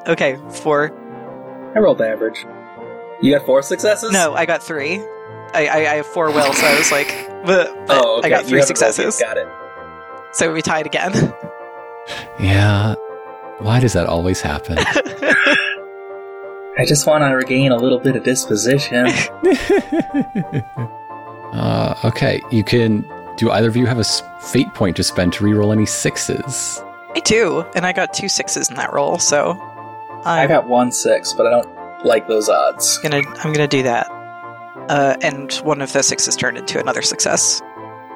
S3: [LAUGHS] okay, four.
S4: I rolled average. You got four successes?
S3: No, I got three. I, I, I have four will, so I was like, [LAUGHS] but, but
S4: Oh, okay.
S3: I got
S4: you
S3: three
S4: haven't rolled
S3: successes.
S4: yet. Got it.
S3: So we tied again. [LAUGHS]
S1: Yeah. Why does that always happen?
S4: I just want to regain a little bit of
S3: [LAUGHS]
S4: disposition.
S1: [LAUGHS] uh, okay, you can Do either of you have a s- fate point to spend to reroll any sixes?
S3: I do, and I got two sixes in that roll, so
S4: I
S3: I'm
S4: got one six, but I don't like those odds.
S3: gonna I'm gonna do that. Uh, and one of the sixes turned into another success.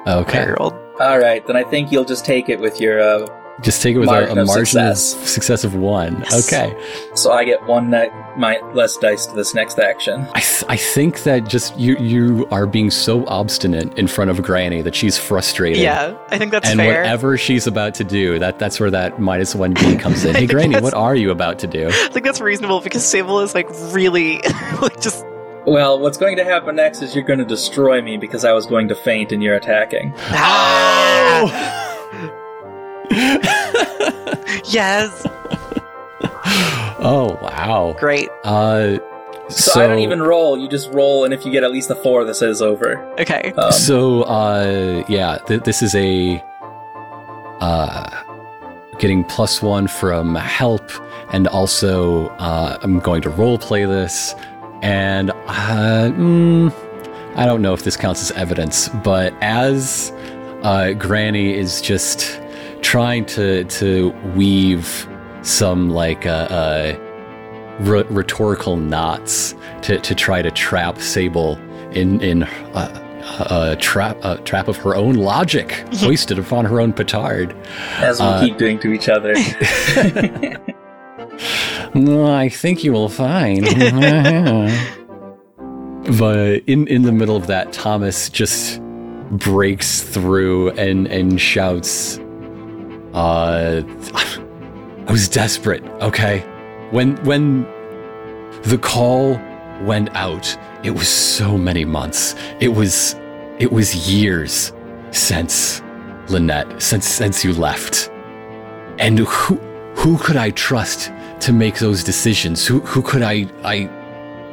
S1: Okay.
S3: I rolled.
S4: All right, then I think you'll just take it with your. Uh,
S1: Just take it with a,
S4: Margin
S1: a
S4: of
S1: margin of
S4: success.
S1: success of one.
S3: Yes.
S1: Okay.
S4: so I get one ne- my less dice to this next action.
S1: I, th- I think that just you you are being so obstinate in front of Granny that she's frustrated.
S3: Yeah, I think that's
S1: and
S3: fair.
S1: whatever she's about to do, that that's where that minus one D comes in.
S3: I
S1: Hey,
S3: think
S4: [LAUGHS]
S1: Granny,
S3: that's-
S1: what are you about to do?
S3: I think that's reasonable because Sable is like really [LAUGHS] like just
S4: Well, what's going to happen next is you're going to destroy me because I was going to faint and you're attacking.
S1: Oh!
S3: ah! [LAUGHS] yes,
S1: oh wow.
S3: great.
S1: Uh,
S4: So, I don't even roll. You just roll, and if you get at least a four, this is over.
S3: Okay,
S1: [SIGHS]
S4: Um,
S1: so uh, yeah, th- this is a uh, getting plus one from help, and also uh, I'm going to role play this, and uh, mm, I don't know if this counts as evidence, but as uh, Granny is just trying to to weave some like uh, uh, r- rhetorical knots to, to try to trap Sable in in uh, a trap a trap of her own logic hoisted upon her own petard.
S4: as we
S1: uh,
S4: keep doing to
S1: [LAUGHS]
S4: each [LAUGHS] other.
S1: No, I think you will [LAUGHS] find. but in in the middle of that, Thomas just breaks through and and shouts, "Uh, I was desperate. Okay, when when the call went out, it was so many months. It was it was years since Lynette, since since you left, and who who could I trust?" to make those decisions? Who who could I I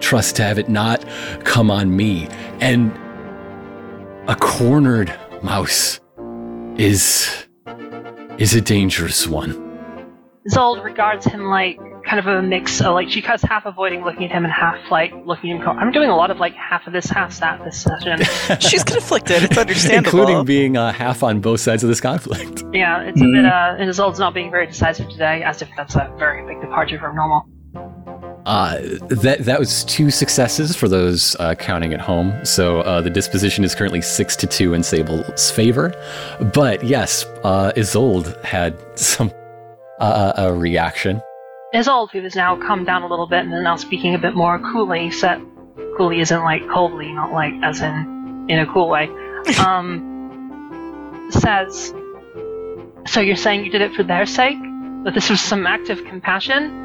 S1: trust to have it not come on me? And a cornered mouse is is a dangerous one.
S2: Zold regards him like kind of a mix of like she kind of half avoiding looking at him and half like looking at him. I'm doing a lot of like half of this, half that this session.
S3: she's [LAUGHS]
S1: [LAUGHS]
S3: conflicted. It's understandable.
S1: Including being uh, half on both sides of this conflict.
S2: yeah, it's a bit uh and Zold's not being very decisive today, as if that's a very big departure from normal.
S1: Uh, that that was two successes for those uh, counting at home. So uh, the disposition is currently six to two in Sable's favor. But yes, uh, Isolde had some uh, a reaction.
S2: Isolde, who has now calmed down a little bit and is now speaking a bit more coolly, said coolly isn't like coldly, not like as in in a cool way. Um says So you're saying you did it for their sake? That this was some act of compassion?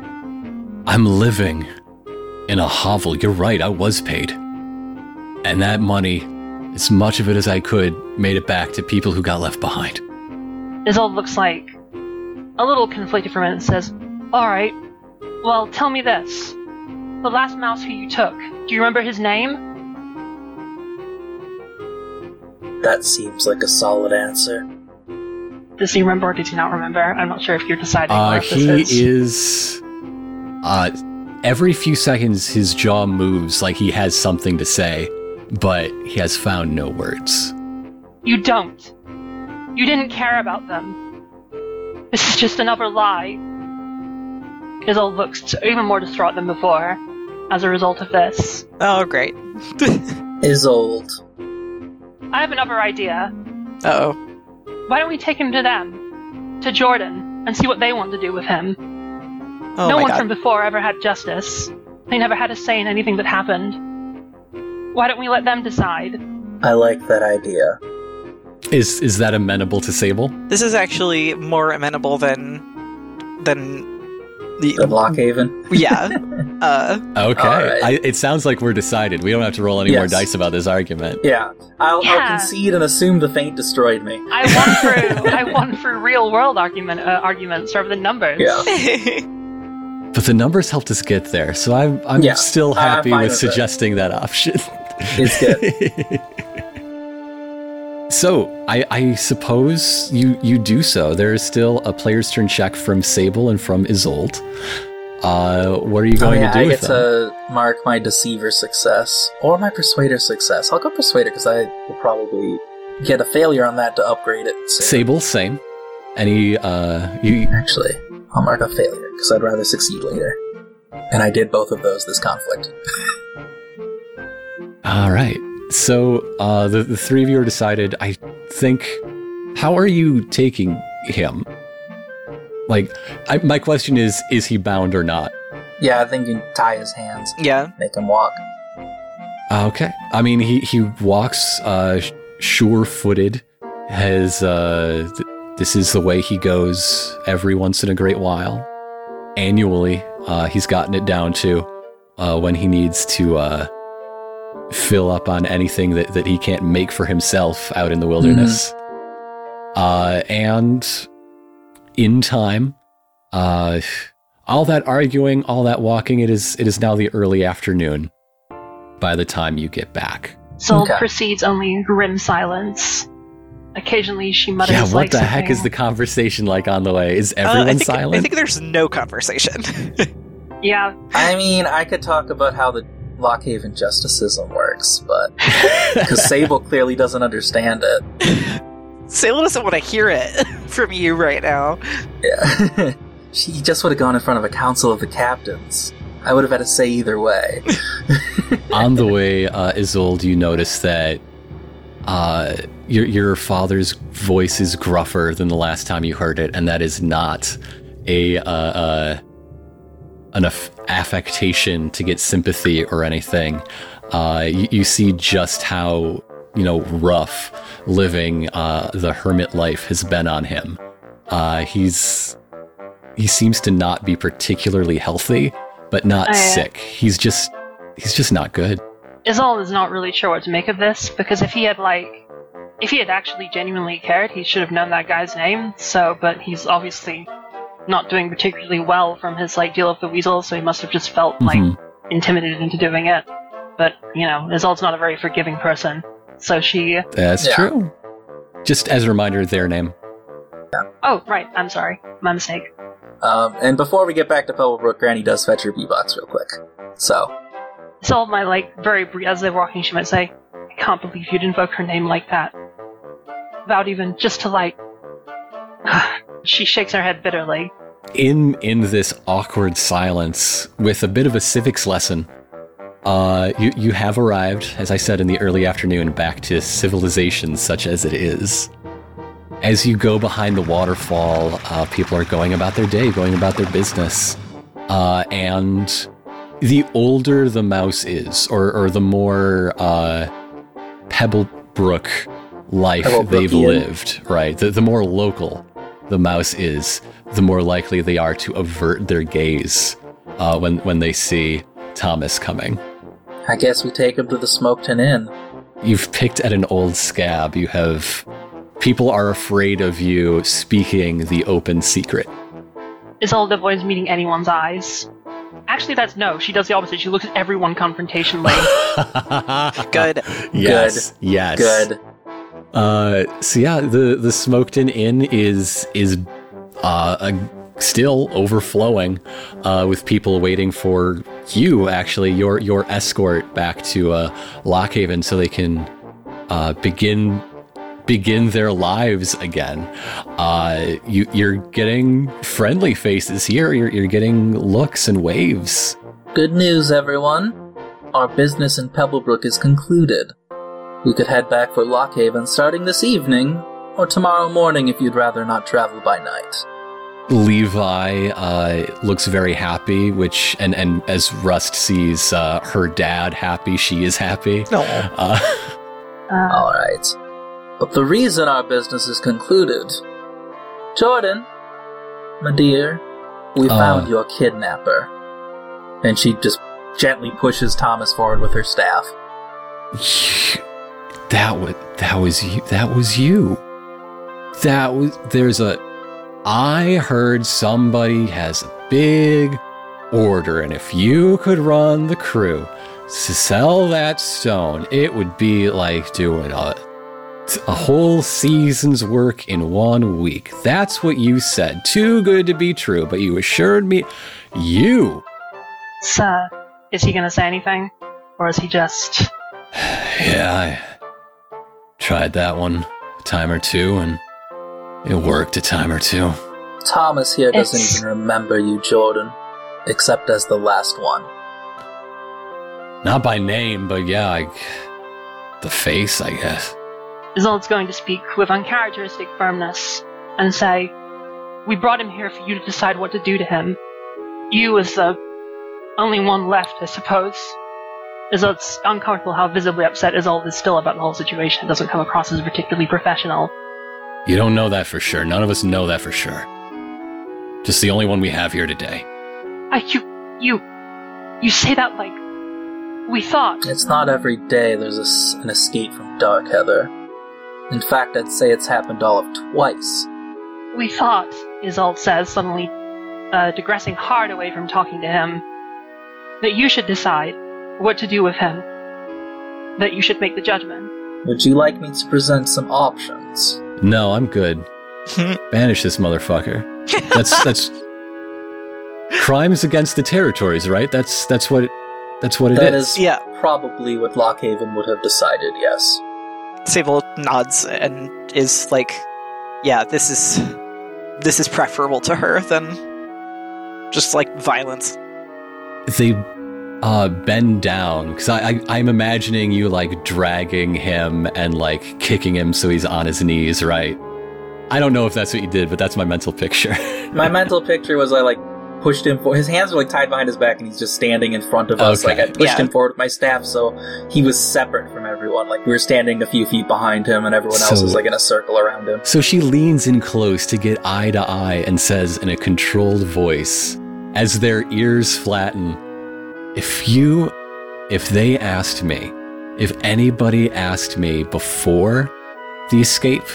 S1: I'm living in a hovel. You're right, I was paid. And that money, as much of it as I could, made it back to people who got left behind.
S2: Isolde looks like a little conflicted for a minute and says, Alright, well, tell me this. The last mouse who you took, do you remember his name?
S4: that seems like a solid answer.
S2: Does he remember or does he not remember? I'm not sure if you're deciding.
S1: Uh,
S2: what this
S1: he is.
S2: is.
S1: Uh, every few seconds, his jaw moves like he has something to say, but he has found no words.
S2: You don't. You didn't care about them. This is just another lie. Isolde looks even more distraught than before as a result of this.
S3: oh, great.
S4: Is old.
S2: I have another idea.
S3: Uh oh.
S2: Why don't we take him to them? To Jordan, and see what they want to do with him.
S3: Oh
S2: no
S3: my
S2: one
S3: god.
S2: from before ever had justice. They never had a say in anything that happened. Why don't we let them decide?
S4: I like that idea.
S1: Is is that amenable to Sable?
S3: This is actually more amenable than than
S4: The
S3: the
S4: Blockhaven.
S3: yeah. Uh, [LAUGHS]
S1: Okay.
S4: All right.
S1: I, it sounds like we're decided. We don't have to roll any more
S4: Yes.
S1: dice about this argument.
S4: Yeah. I'll, I'll
S2: Yeah.
S4: concede and assume the faint destroyed me.
S2: I won through I won through real world argument uh, arguments rather than numbers.
S4: Yeah.
S1: But the numbers helped us get there, so I'm I'm
S4: Yeah,
S1: still
S4: I- I'm
S1: happy
S4: fine
S1: with
S4: with it.
S1: suggesting that option. [LAUGHS]
S4: It's good.
S1: so I, I suppose you you do so. There is still a player's turn check from Sable and from Isolde. Uh, what are you going
S4: oh, yeah,
S1: to do
S4: [LAUGHS] I
S1: with
S4: get
S1: them?
S4: to mark my deceiver success or my persuader success. I'll go persuader because I will probably Get a failure on that to upgrade it. so-
S1: Sable, same. Any uh, you
S4: Actually, I'll mark a failure because I'd rather succeed later. And I did both of those this conflict.
S1: All right. So uh, the the three of you are decided. I think. How are you taking him? Like, I, my question is: Is he bound or not?
S4: Yeah, I think you can tie his hands,
S3: Yeah.
S4: make him walk.
S1: Uh, Okay. I mean, he he walks uh, sure footed. Has uh, th- this is the way he goes every once in a great while. Annually, uh, he's gotten it down to uh, when he needs to uh, fill up on anything that, that he can't make for himself out in the wilderness. Uh, and in time, uh, all that arguing, all that walking, it is it is now the early afternoon by the time you get back.
S2: Sol
S4: Okay.
S2: proceeds only in grim silence. Occasionally, she mutters.
S1: yeah, what
S2: like,
S1: the heck is the
S2: something-
S1: conversation like on the way? Is everyone
S3: uh, I think,
S1: silent?
S3: I think there's no conversation. [LAUGHS]
S2: Yeah,
S4: I mean, I could talk about how the Lockhaven justicism works,
S3: [LAUGHS]
S4: but
S1: [LAUGHS]
S4: because Sable clearly doesn't understand it.
S3: Sailor doesn't want to hear it [LAUGHS] from you right now.
S4: Yeah. [LAUGHS] she just would have gone in front of a council of the captains. I would have had to say either way.
S1: on the way, uh, Isolde, you notice that uh, your your father's voice is gruffer than the last time you heard it, and that is not a uh, uh, an aff- affectation to get sympathy or anything. Uh, you, you see just how you know rough living uh, the hermit life has been on him. Uh, he's he seems to not be particularly healthy, but not
S2: I-
S1: sick. He's just he's just not good.
S2: Izal is not really sure what to make of this because if he had like, if he had actually genuinely cared, he should have known that guy's name. So, but he's obviously not doing particularly well from his like deal of the weasel, so he must have just felt like
S1: Mhm.
S2: intimidated into doing it. But you know, Izal's not a very forgiving person, so she.
S1: That's
S4: Yeah.
S1: true. Just as a reminder, their name.
S2: Oh right, I'm sorry, my mistake.
S4: Um, and before we get back to Pebblebrook, Granny does fetch her B-Box real quick. So,
S2: Izal might like very brief as they're walking, she might say, "I can't believe you'd invoke her name like that." Without even just to like. [SIGHS] she shakes her head bitterly.
S1: In in this awkward silence, with a bit of a civics lesson, uh, you you have arrived, as I said in the early afternoon, back to civilization such as it is. As you go behind the waterfall, uh, people are going about their day, going about their business, uh, and the older the mouse is, or or the more uh, Pebblebrook life
S4: Pebblebrook-ian.
S1: they've lived, right? The, the more local the mouse is, the more likely they are to avert their gaze uh, when when they see Thomas coming.
S4: I guess we take him to the Smoketon Inn.
S1: You've picked at an old scab. You have people are afraid of you speaking the open secret.
S2: Isolde avoids meeting anyone's eyes. Actually, that's no. She does the opposite. She looks at everyone
S1: [LAUGHS]
S2: confrontationally.
S3: [LAUGHS] Good.
S1: Ah, Yes. Yes.
S4: Good.
S1: Uh, so yeah, the the smoked in inn is is uh, a, still overflowing uh, with people waiting for you. Actually, your your escort back to uh, Lockhaven so they can uh, begin begin their lives again. Uh, you you're getting friendly faces here. You're you're getting looks and waves.
S4: Good news, everyone. Our business in Pebblebrook is concluded. We could head back for Lockhaven starting this evening, or tomorrow morning if you'd rather not travel by night.
S1: Levi uh, looks very happy, which and and as Rust sees uh, her dad happy, she is happy.
S3: No.
S1: Uh,
S2: Uh,
S4: Alright. But the reason our business is concluded. Jordan, my dear, we
S1: Uh.
S4: found your kidnapper. And she just gently pushes Thomas forward with her staff.
S1: that was that was you. That was you. That was there's a. I heard somebody has a big order, and if you could run the crew to sell that stone, it would be like doing a a whole season's work in one week. That's what you said. Too good to be true, but you assured me you.
S2: so, is he going to say anything? Or is he just.
S1: Yeah. I Tried that one a time or two, and it worked a time or two.
S4: Thomas here doesn't
S2: It's-
S4: even remember you, Jordan, except as the last one.
S1: Not by name, but yeah, I, the face, I guess.
S2: Isolde's going to speak with uncharacteristic firmness and say, We brought him here for you to decide what to do to him. You, as the only one left, I suppose. Isolde's uncomfortable how visibly upset Isolde is still about the whole situation. It doesn't come across as particularly professional.
S1: You don't know that for sure. None of us know that for sure. Just the only one we have here today.
S2: I, you, you, you say that like we thought.
S4: It's not every day there's a s an escape from Dark Heather. In fact, I'd say it's happened all of twice.
S2: We thought, Isolde says, suddenly uh, digressing hard away from talking to him, that you should decide what to do with him. That you should make the judgment.
S4: Would you like me to present some options?
S1: No, I'm
S4: [LAUGHS]
S1: good. Banish this motherfucker. That's
S4: [LAUGHS]
S1: that's crimes against the territories, right? That's that's what that's what it is.
S4: That is
S3: Yeah.
S4: probably what Lockhaven would have decided, yes.
S3: Sable nods and is like, "Yeah, this is this is preferable to her than just like violence."
S1: they uh bend down because I, I i'm imagining you like dragging him and like kicking him so he's on his knees right i don't know if that's what you did but that's my mental picture [LAUGHS]
S4: My mental picture was I like pushed him for his hands were like tied behind his back and he's just standing in front of us.
S1: Okay.
S4: Like I pushed
S3: Yeah.
S4: him forward with my staff so he was separate from everyone. Like we were standing a few feet behind him and everyone else
S1: So-
S4: was like in a circle around him.
S1: so she leans in close to get eye to eye and says in a controlled voice as their ears flatten if you if they asked me if anybody asked me before the escape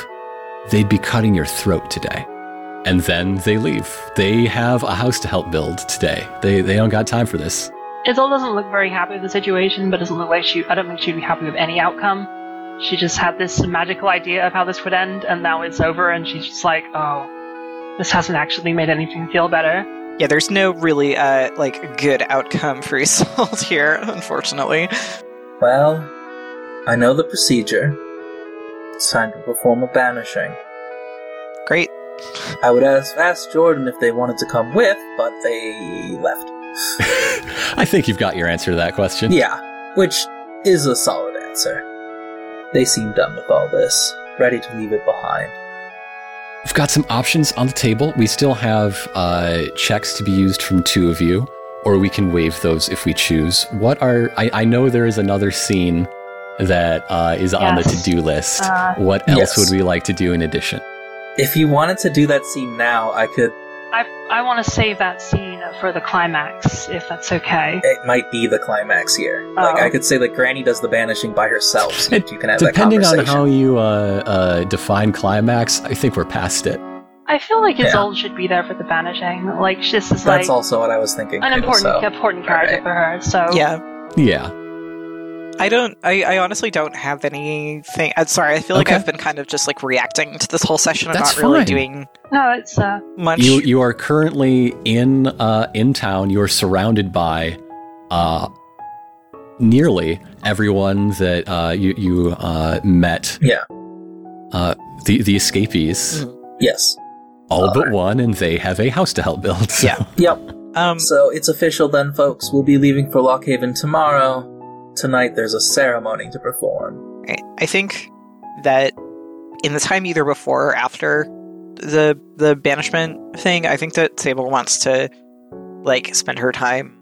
S1: they'd be cutting your throat today. And then they leave. They have a house to help build today. They they don't got time for this. [LAUGHS]
S2: Isolde doesn't look very happy with the situation, but doesn't look like she. I don't think she'd be happy with any outcome. She just had this magical idea of how this would end, and now it's over, and she's just like, oh, this hasn't actually made anything feel better.
S3: Yeah, there's no really uh like good outcome for [LAUGHS] Isolde here, unfortunately.
S4: Well, I know the procedure. It's time to perform a banishing.
S3: Great.
S4: I would ask, ask Jordan if they wanted to come with, but they left.
S1: I think you've got your answer to that question.
S4: Yeah, which is a solid answer. They seem done with all this, ready to leave it behind.
S1: We've got some options on the table. We still have uh, checks to be used from two of you, or we can waive those if we choose. What are I, I know there is another scene that uh, is on the
S2: Yes.
S1: to-do list.
S2: Uh,
S1: what else
S4: Yes.
S1: would we like to do in addition?
S4: If you wanted to do that scene now, I could.
S2: I I want to save that scene for the climax, if that's okay.
S4: It might be the climax here. Like
S2: Oh.
S4: I could say that Granny does the banishing by herself, so
S1: It-
S4: you can have
S1: Depending
S4: that
S1: on
S4: conversation.
S1: how you uh, uh, define climax, I think we're past it.
S2: I feel like
S4: Yeah.
S2: Isolde should be there for the banishing. Like this is
S4: That's
S2: like
S4: also what I was thinking.
S2: an
S4: too,
S2: important
S4: so.
S2: important character
S4: Alright.
S2: for her. So
S1: Oh.
S3: Yeah.
S1: Yeah.
S3: I don't. I, I honestly don't have anything. I'm sorry. I feel like
S1: Okay.
S3: I've been kind of just like reacting to this whole session and
S1: That's
S3: not really
S1: fine.
S3: doing
S2: no, it's uh,
S3: much.
S1: You you are currently in uh, in town. You are surrounded by uh, nearly everyone that uh, you you uh, met.
S4: Yeah.
S1: Uh, the the escapees,
S4: Mm. Yes.
S1: all but one, and they have a house to help build. so-
S3: Yeah.
S4: Yep.
S3: um.
S4: So it's official then, folks. We'll be leaving for Lockhaven tomorrow. Tonight there's a ceremony to perform.
S3: I, I think that in the time either before or after the the banishment thing, I think that Sable wants to like spend her time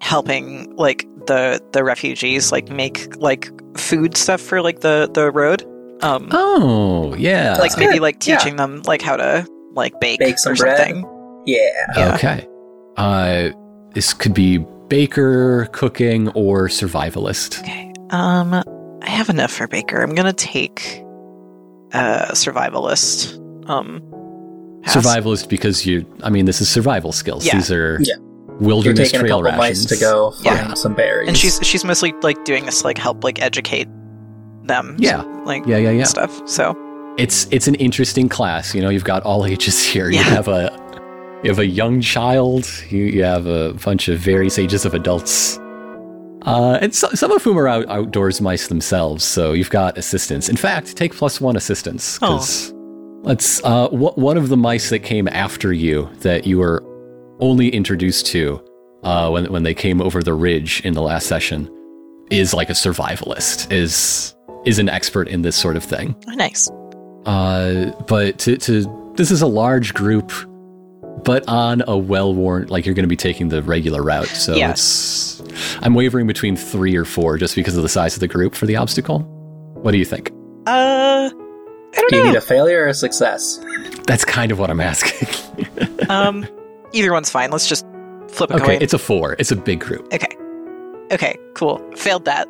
S3: helping like the the refugees like make like food stuff for like the the road. Um.
S1: [LAUGHS] Oh yeah.
S3: like maybe like
S4: Yeah.
S3: teaching them like how to like bake,
S4: Bake some
S3: or
S4: bread.
S3: something.
S4: Yeah.
S3: Yeah.
S1: Okay. Uh, this could be baker, cooking, or survivalist.
S3: Okay. Um, I have enough for Baker. I'm gonna take uh survivalist. Um, pass.
S1: Survivalist because you. I mean, this is survival skills.
S3: Yeah.
S1: These are
S4: Yeah. You're
S1: wilderness
S4: taking a
S1: trail
S4: couple
S1: rations
S4: mice to go find
S3: Yeah.
S4: some berries.
S3: and she's she's mostly like doing this to, like help like educate them.
S1: Yeah.
S3: like
S1: Yeah, yeah, yeah.
S3: stuff. So
S1: It's it's an interesting class. You know, you've got all [LAUGHS] ages here. You
S3: Yeah.
S1: have a you have a young child. You you have a bunch of various ages of adults. Uh, and so, some of whom are out, outdoors mice themselves, so you've got assistance. In fact, take plus one assistance because let's. Uh, wh- one of the mice that came after you that you were only introduced to uh, when when they came over the ridge in the last session is like a survivalist is is an expert in this sort of thing.
S3: Oh, nice.
S1: Uh, but to, to this is a large group, but on a well-worn like you're going to be taking the regular route. So
S3: Yeah.
S1: it's I'm wavering between three or four just because of the size of the group for the obstacle. What do you think?
S3: Uh, I don't
S4: Do you
S3: know.
S4: need a failure or a success?
S1: That's kind of what I'm asking. [LAUGHS]
S3: um, either one's fine. Let's just flip a
S1: okay,
S3: coin.
S1: it's a four. It's a big group.
S3: Okay, cool. Failed that.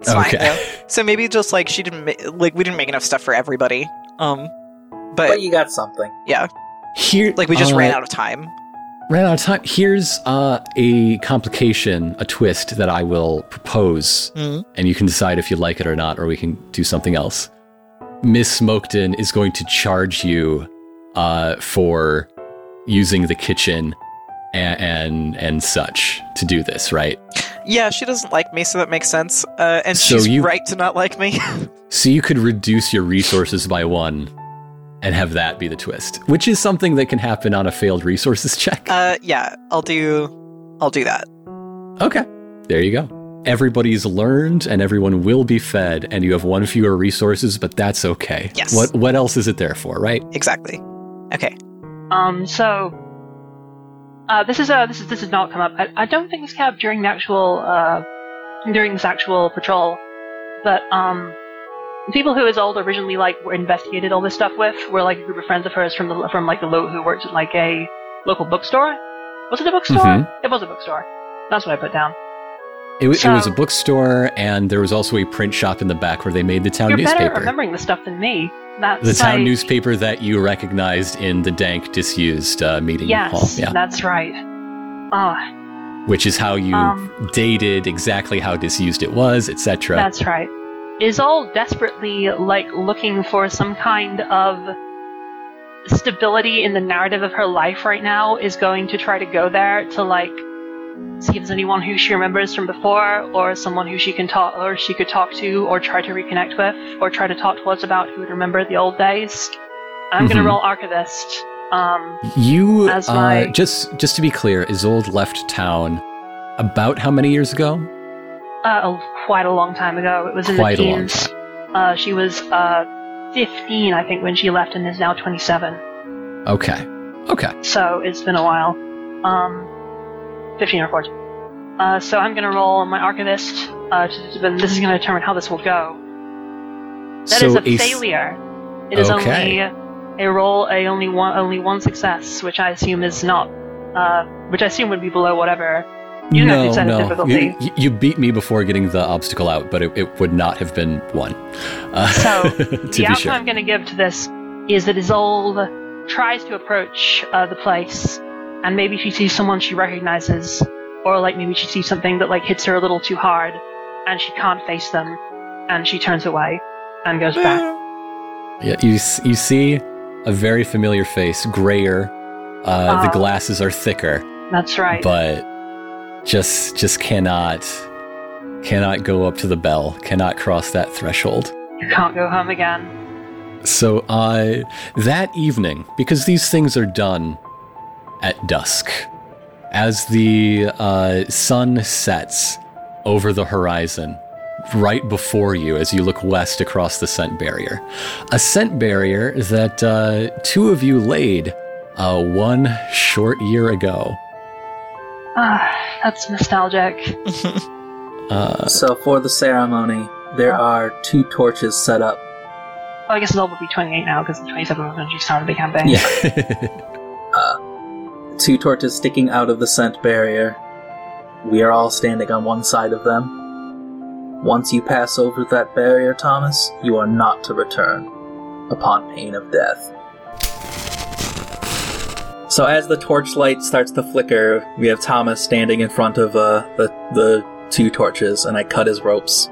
S3: It's fine
S1: Okay.
S3: though. So maybe just like she didn't ma- like we didn't make enough stuff for everybody. Um, but,
S4: But you got something.
S1: Here,
S3: like we just
S1: uh,
S3: ran out of time.
S1: ran out of time. Here's uh, a complication, a twist that I will propose,
S3: Mhm.
S1: and you can decide if you like it or not, or we can do something else. Miss Smokedon is going to charge you uh, for using the kitchen and, and and such to do this, right?
S3: Yeah, she doesn't like me, so that makes sense. Uh, and
S1: So
S3: she's
S1: you-
S3: right to not like me. [LAUGHS]
S1: So you could reduce your resources by one, and have that be the twist, which is something that can happen on a failed resources [LAUGHS] check.
S3: uh, yeah, I'll do, I'll do that.
S1: Okay. There you go. Everybody's learned and everyone will be fed, and you have one fewer resources, but that's okay.
S3: Yes.
S1: What what else is it there for, right?
S3: Exactly. Okay.
S2: Um, so uh, this is uh, this is this has not come up. I, I don't think this came up during the actual uh, during this actual patrol, but um, the people who Isolde originally like were investigated all this stuff with were like a group of friends of hers from the from like the lo- who worked at like a local bookstore. Was it a bookstore?
S1: Mhm.
S2: It was a bookstore. That's what I put down.
S1: It, wa- it was a
S2: So-
S1: bookstore, and there was also a print shop in the back where they made the town
S2: You're better at
S1: newspaper.
S2: remembering this stuff than me. That's
S1: the town
S2: like-
S1: newspaper that you recognized in the dank, disused uh, meeting
S2: Yes,
S1: hall. Yeah.
S2: that's right. Ah,
S1: Which is how you
S2: um,
S1: dated exactly how disused it was, etc.
S2: That's right. Is all desperately like looking for some kind of stability in the narrative of her life right now is going to try to go there to like see if there's anyone who she remembers from before or someone who she can talk or she could talk to or try to reconnect with or try to talk to us about who would remember the old days. I'm gonna
S1: Mhm.
S2: roll archivist. Um
S1: You
S2: As
S1: uh,
S2: my-
S1: just just to be clear, Isolde left town about how many years ago?
S2: uh, a- quite a long time ago. It was in
S1: Quite a
S2: the
S1: long
S2: teens. Uh, she was uh, 15, I think, when she left, and is now 27.
S1: Okay. Okay.
S2: So it's been a while. Um, 15 or 14. Uh, so I'm going to roll my archivist. Uh, to, to- this is going to determine how this will go. That is a
S1: s-
S2: failure. It is
S1: Okay.
S2: only a roll, a only one, only one success, which I assume is not, uh, which I assume would be below whatever. You didn't have to set a difficulty.
S1: You, you beat me before getting the obstacle out, but it, it would not have been one. Uh, [LAUGHS]
S2: So,
S1: to
S2: the
S1: be
S2: outcome
S1: sure.
S2: I'm going to give to this is that Isolde tries to approach uh, the place, and maybe she sees someone she recognizes, or like maybe she sees something that like hits her a little too hard, and she can't face them, and she turns away and goes back.
S1: Yeah, you, s- you see a very familiar face, grayer. Uh, the
S2: Uh,
S1: glasses are thicker,
S2: That's right.
S1: but just just cannot cannot go up to the bell, cannot cross that threshold.
S2: you can't go home again.
S1: So uh, that evening, because these things are done at dusk, as the uh, sun sets over the horizon, right before you, as you look west across the scent barrier, a scent barrier that uh, two of you laid uh, one short year ago.
S2: Ah, that's nostalgic.
S1: Uh, [LAUGHS]
S4: So for the ceremony, there are two torches set up.
S2: Well, I guess Isolde will be 28 now because the 27 was when she started the campaign.
S4: Yeah. Two torches sticking out of the scent barrier. We are all standing on one side of them. Once you pass over that barrier, Thomas, you are not to return, upon pain of death. So as the torchlight starts to flicker, we have Thomas standing in front of uh, the the two torches, and I cut his ropes.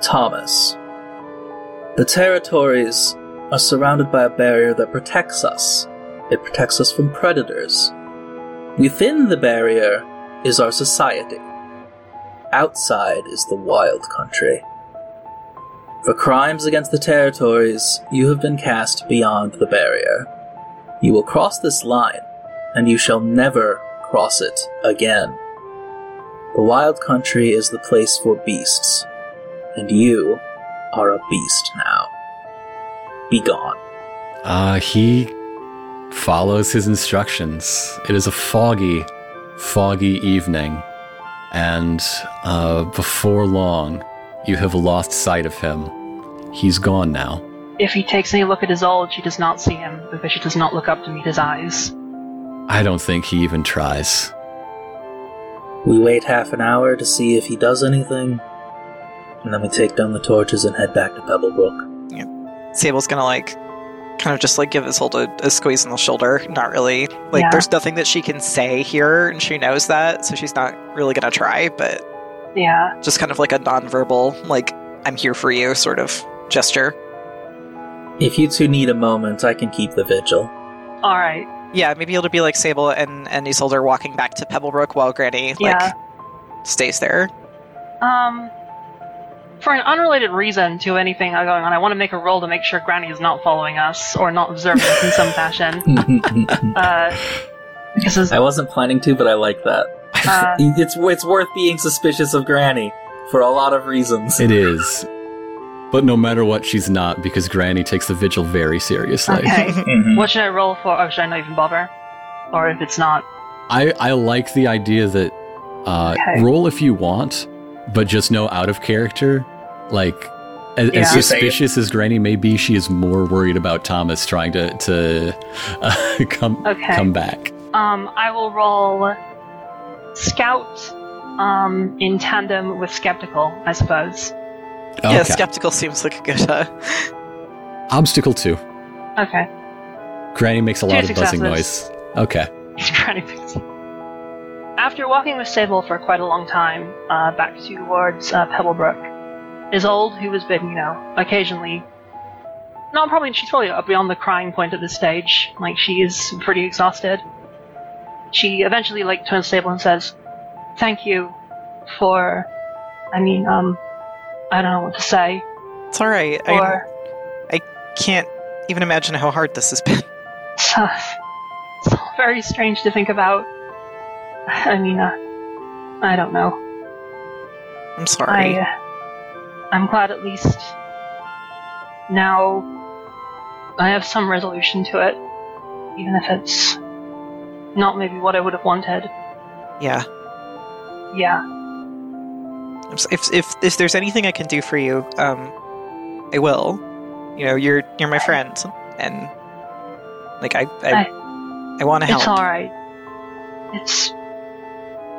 S4: Thomas, the territories are surrounded by a barrier that protects us. It protects us from predators. Within the barrier is our society. Outside is the wild country. For crimes against the territories, you have been cast beyond the barrier. You will cross this line, and you shall never cross it again. The wild country is the place for beasts, and you are a beast now. Be gone.
S1: Uh, he follows his instructions. It is a foggy, foggy evening, and uh, before long, you have lost sight of him. He's gone now.
S2: If he takes any look at his old, she does not see him because she does not look up to meet his eyes.
S1: I don't think he even tries.
S4: We wait half an hour to see if he does anything, and then we take down the torches and head back to Pebblebrook.
S3: Sable's gonna like kind of just like give Isolde a, a squeeze on the shoulder. Not really. Like
S2: Yeah.
S3: there's nothing that she can say here and she knows that, so she's not really gonna try, but
S2: Yeah.
S3: just kind of like a nonverbal, like, I'm here for you sort of gesture.
S4: If you two need a moment, I can keep
S1: [LAUGHS]
S4: the vigil.
S2: Alright.
S3: Yeah, maybe it'll be like Sable and, and Isolde are walking back to Pebblebrook while Granny like
S2: Yeah.
S3: stays there.
S2: Um for an unrelated reason to anything uh, going on, I want to make a roll to make sure Granny is not following us or not observing us in some fashion. Uh,
S4: I
S2: this is
S4: wasn't planning to, but I like that.
S2: uh,
S4: [LAUGHS] It's it's worth being suspicious of Granny for a lot of reasons.
S1: It is. But no matter what, she's not because Granny takes the vigil very seriously.
S2: okay.
S4: Mhm.
S2: What should I roll for? Oh, should I not even bother? Or if it's not,
S1: I, I like the idea that uh,
S2: Okay.
S1: roll if you want, but just know out of character. Like, as,
S2: Yeah.
S1: as
S4: You're saying-
S1: suspicious as Granny may be, she is more worried about Thomas trying to to uh, [LAUGHS] come
S2: Okay.
S1: come back.
S2: um, I will roll scout um, in tandem with skeptical, I suppose.
S3: [LAUGHS] Yeah,
S1: Okay.
S3: skeptical seems like a good uh,
S1: Obstacle two.
S2: Okay.
S1: Granny makes a lot
S2: Two
S1: of buzzing
S2: successes.
S1: noise. Okay.
S2: He's trying to fix it. After walking with Sable for quite a long time, uh, back towards uh, Pebblebrook, Isolde, who has been, you know, occasionally. No, probably she's probably up beyond the crying point at this stage. Like she is pretty exhausted. She eventually like turns to Sable and says, "Thank you for, I mean, um, I don't know what to say."
S3: It's alright. I
S2: Or
S3: can't even imagine how hard this has been. [LAUGHS]
S2: [LAUGHS] it's, uh, it's all very strange to think about. I mean, uh, I don't know.
S3: I'm sorry.
S2: I, uh, I'm glad at least now I have some resolution to it, even if it's not maybe what I would have wanted.
S3: yeah.
S2: Yeah,
S3: I'm s- If if if there's anything I can do for you, um, I will. You know, you're you're my friend, and like I I, I, want to help.
S2: it's all right. It's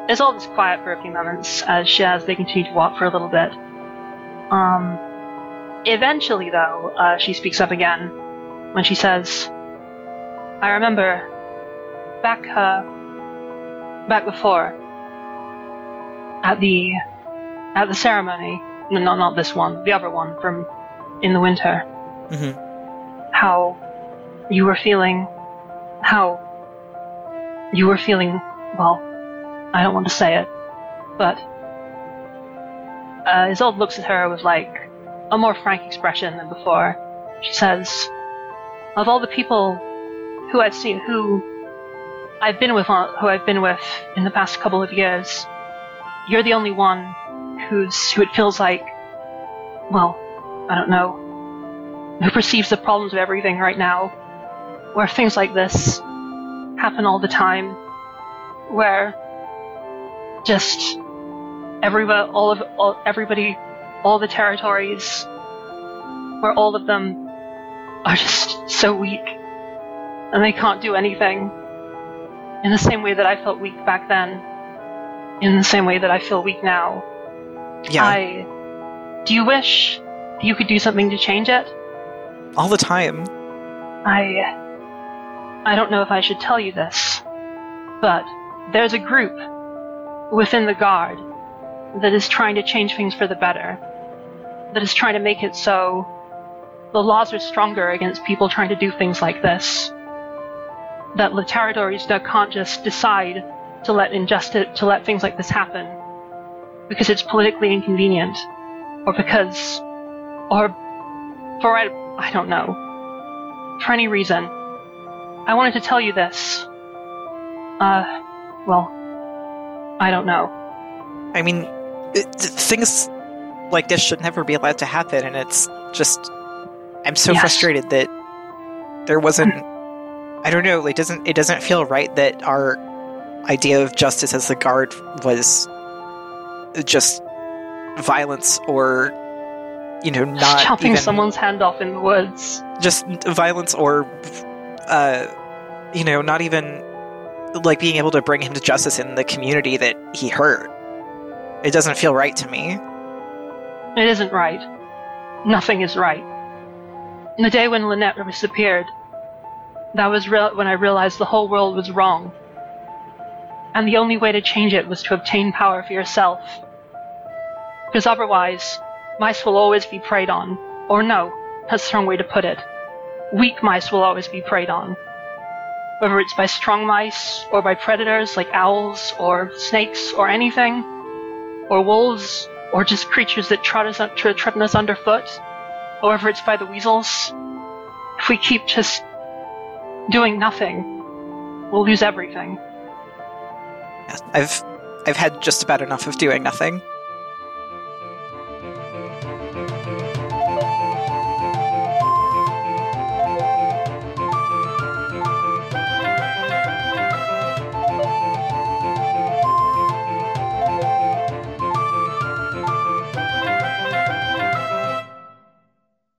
S2: it's all just quiet for a few moments as she, as they continue to walk for a little bit. Um, eventually, though, uh, she speaks up again when she says, "I remember back uh, back before at the at the ceremony. No, not not this one, the other one from in the winter.
S3: Mhm.
S2: How you were feeling, how you were feeling. Well, I don't want to say it, but." Uh, Isolde looks at her with like a more frank expression than before. She says, "Of all the people who I've seen, who I've been with, on- who I've been with in the past couple of years, you're the only one who's who it feels like, well, I don't know, who perceives the problems of everything right now, where things like this happen all the time, where just everybody, all of all, everybody all the territories where all of them are just so weak and they can't do anything in the same way that I felt weak back then in the same way that I feel weak now
S3: yeah,
S2: I do you wish you could do something to change it
S3: all the time.
S2: I I don't know if I should tell you this but there's a group within the guard that is trying to change things for the better that is trying to make it so the laws are stronger against people trying to do things like this. That the territories that can't just decide to let injustice to let things like this happen because it's politically inconvenient or because or for I, I don't know for any reason I wanted to tell you this uh well I don't know
S3: I mean, it, th- things like this should never be allowed to happen, and it's just. I'm so
S2: Yes.
S3: frustrated that there wasn't. I don't know. Like, doesn't it doesn't feel right that our idea of justice as the guard was just violence or you know not
S2: chopping
S3: even
S2: someone's hand off in the woods
S3: just violence or uh you know not even like being able to bring him to justice in the community that he hurt it doesn't feel right to me
S2: It isn't right. Nothing is right. And The day when Lynette disappeared, that was real when I realized the whole world was wrong. And the only way to change it was to obtain power for yourself. Because otherwise, mice will always be preyed on. Or no, that's the wrong way to put it. Weak mice will always be preyed on. Whether it's by strong mice, or by predators like owls, or snakes, or anything, or wolves, or just creatures that trot us, tr- tread us underfoot, or whether it's by the weasels. If we keep just doing nothing, we'll lose everything.
S3: I've I've had just about enough of doing nothing.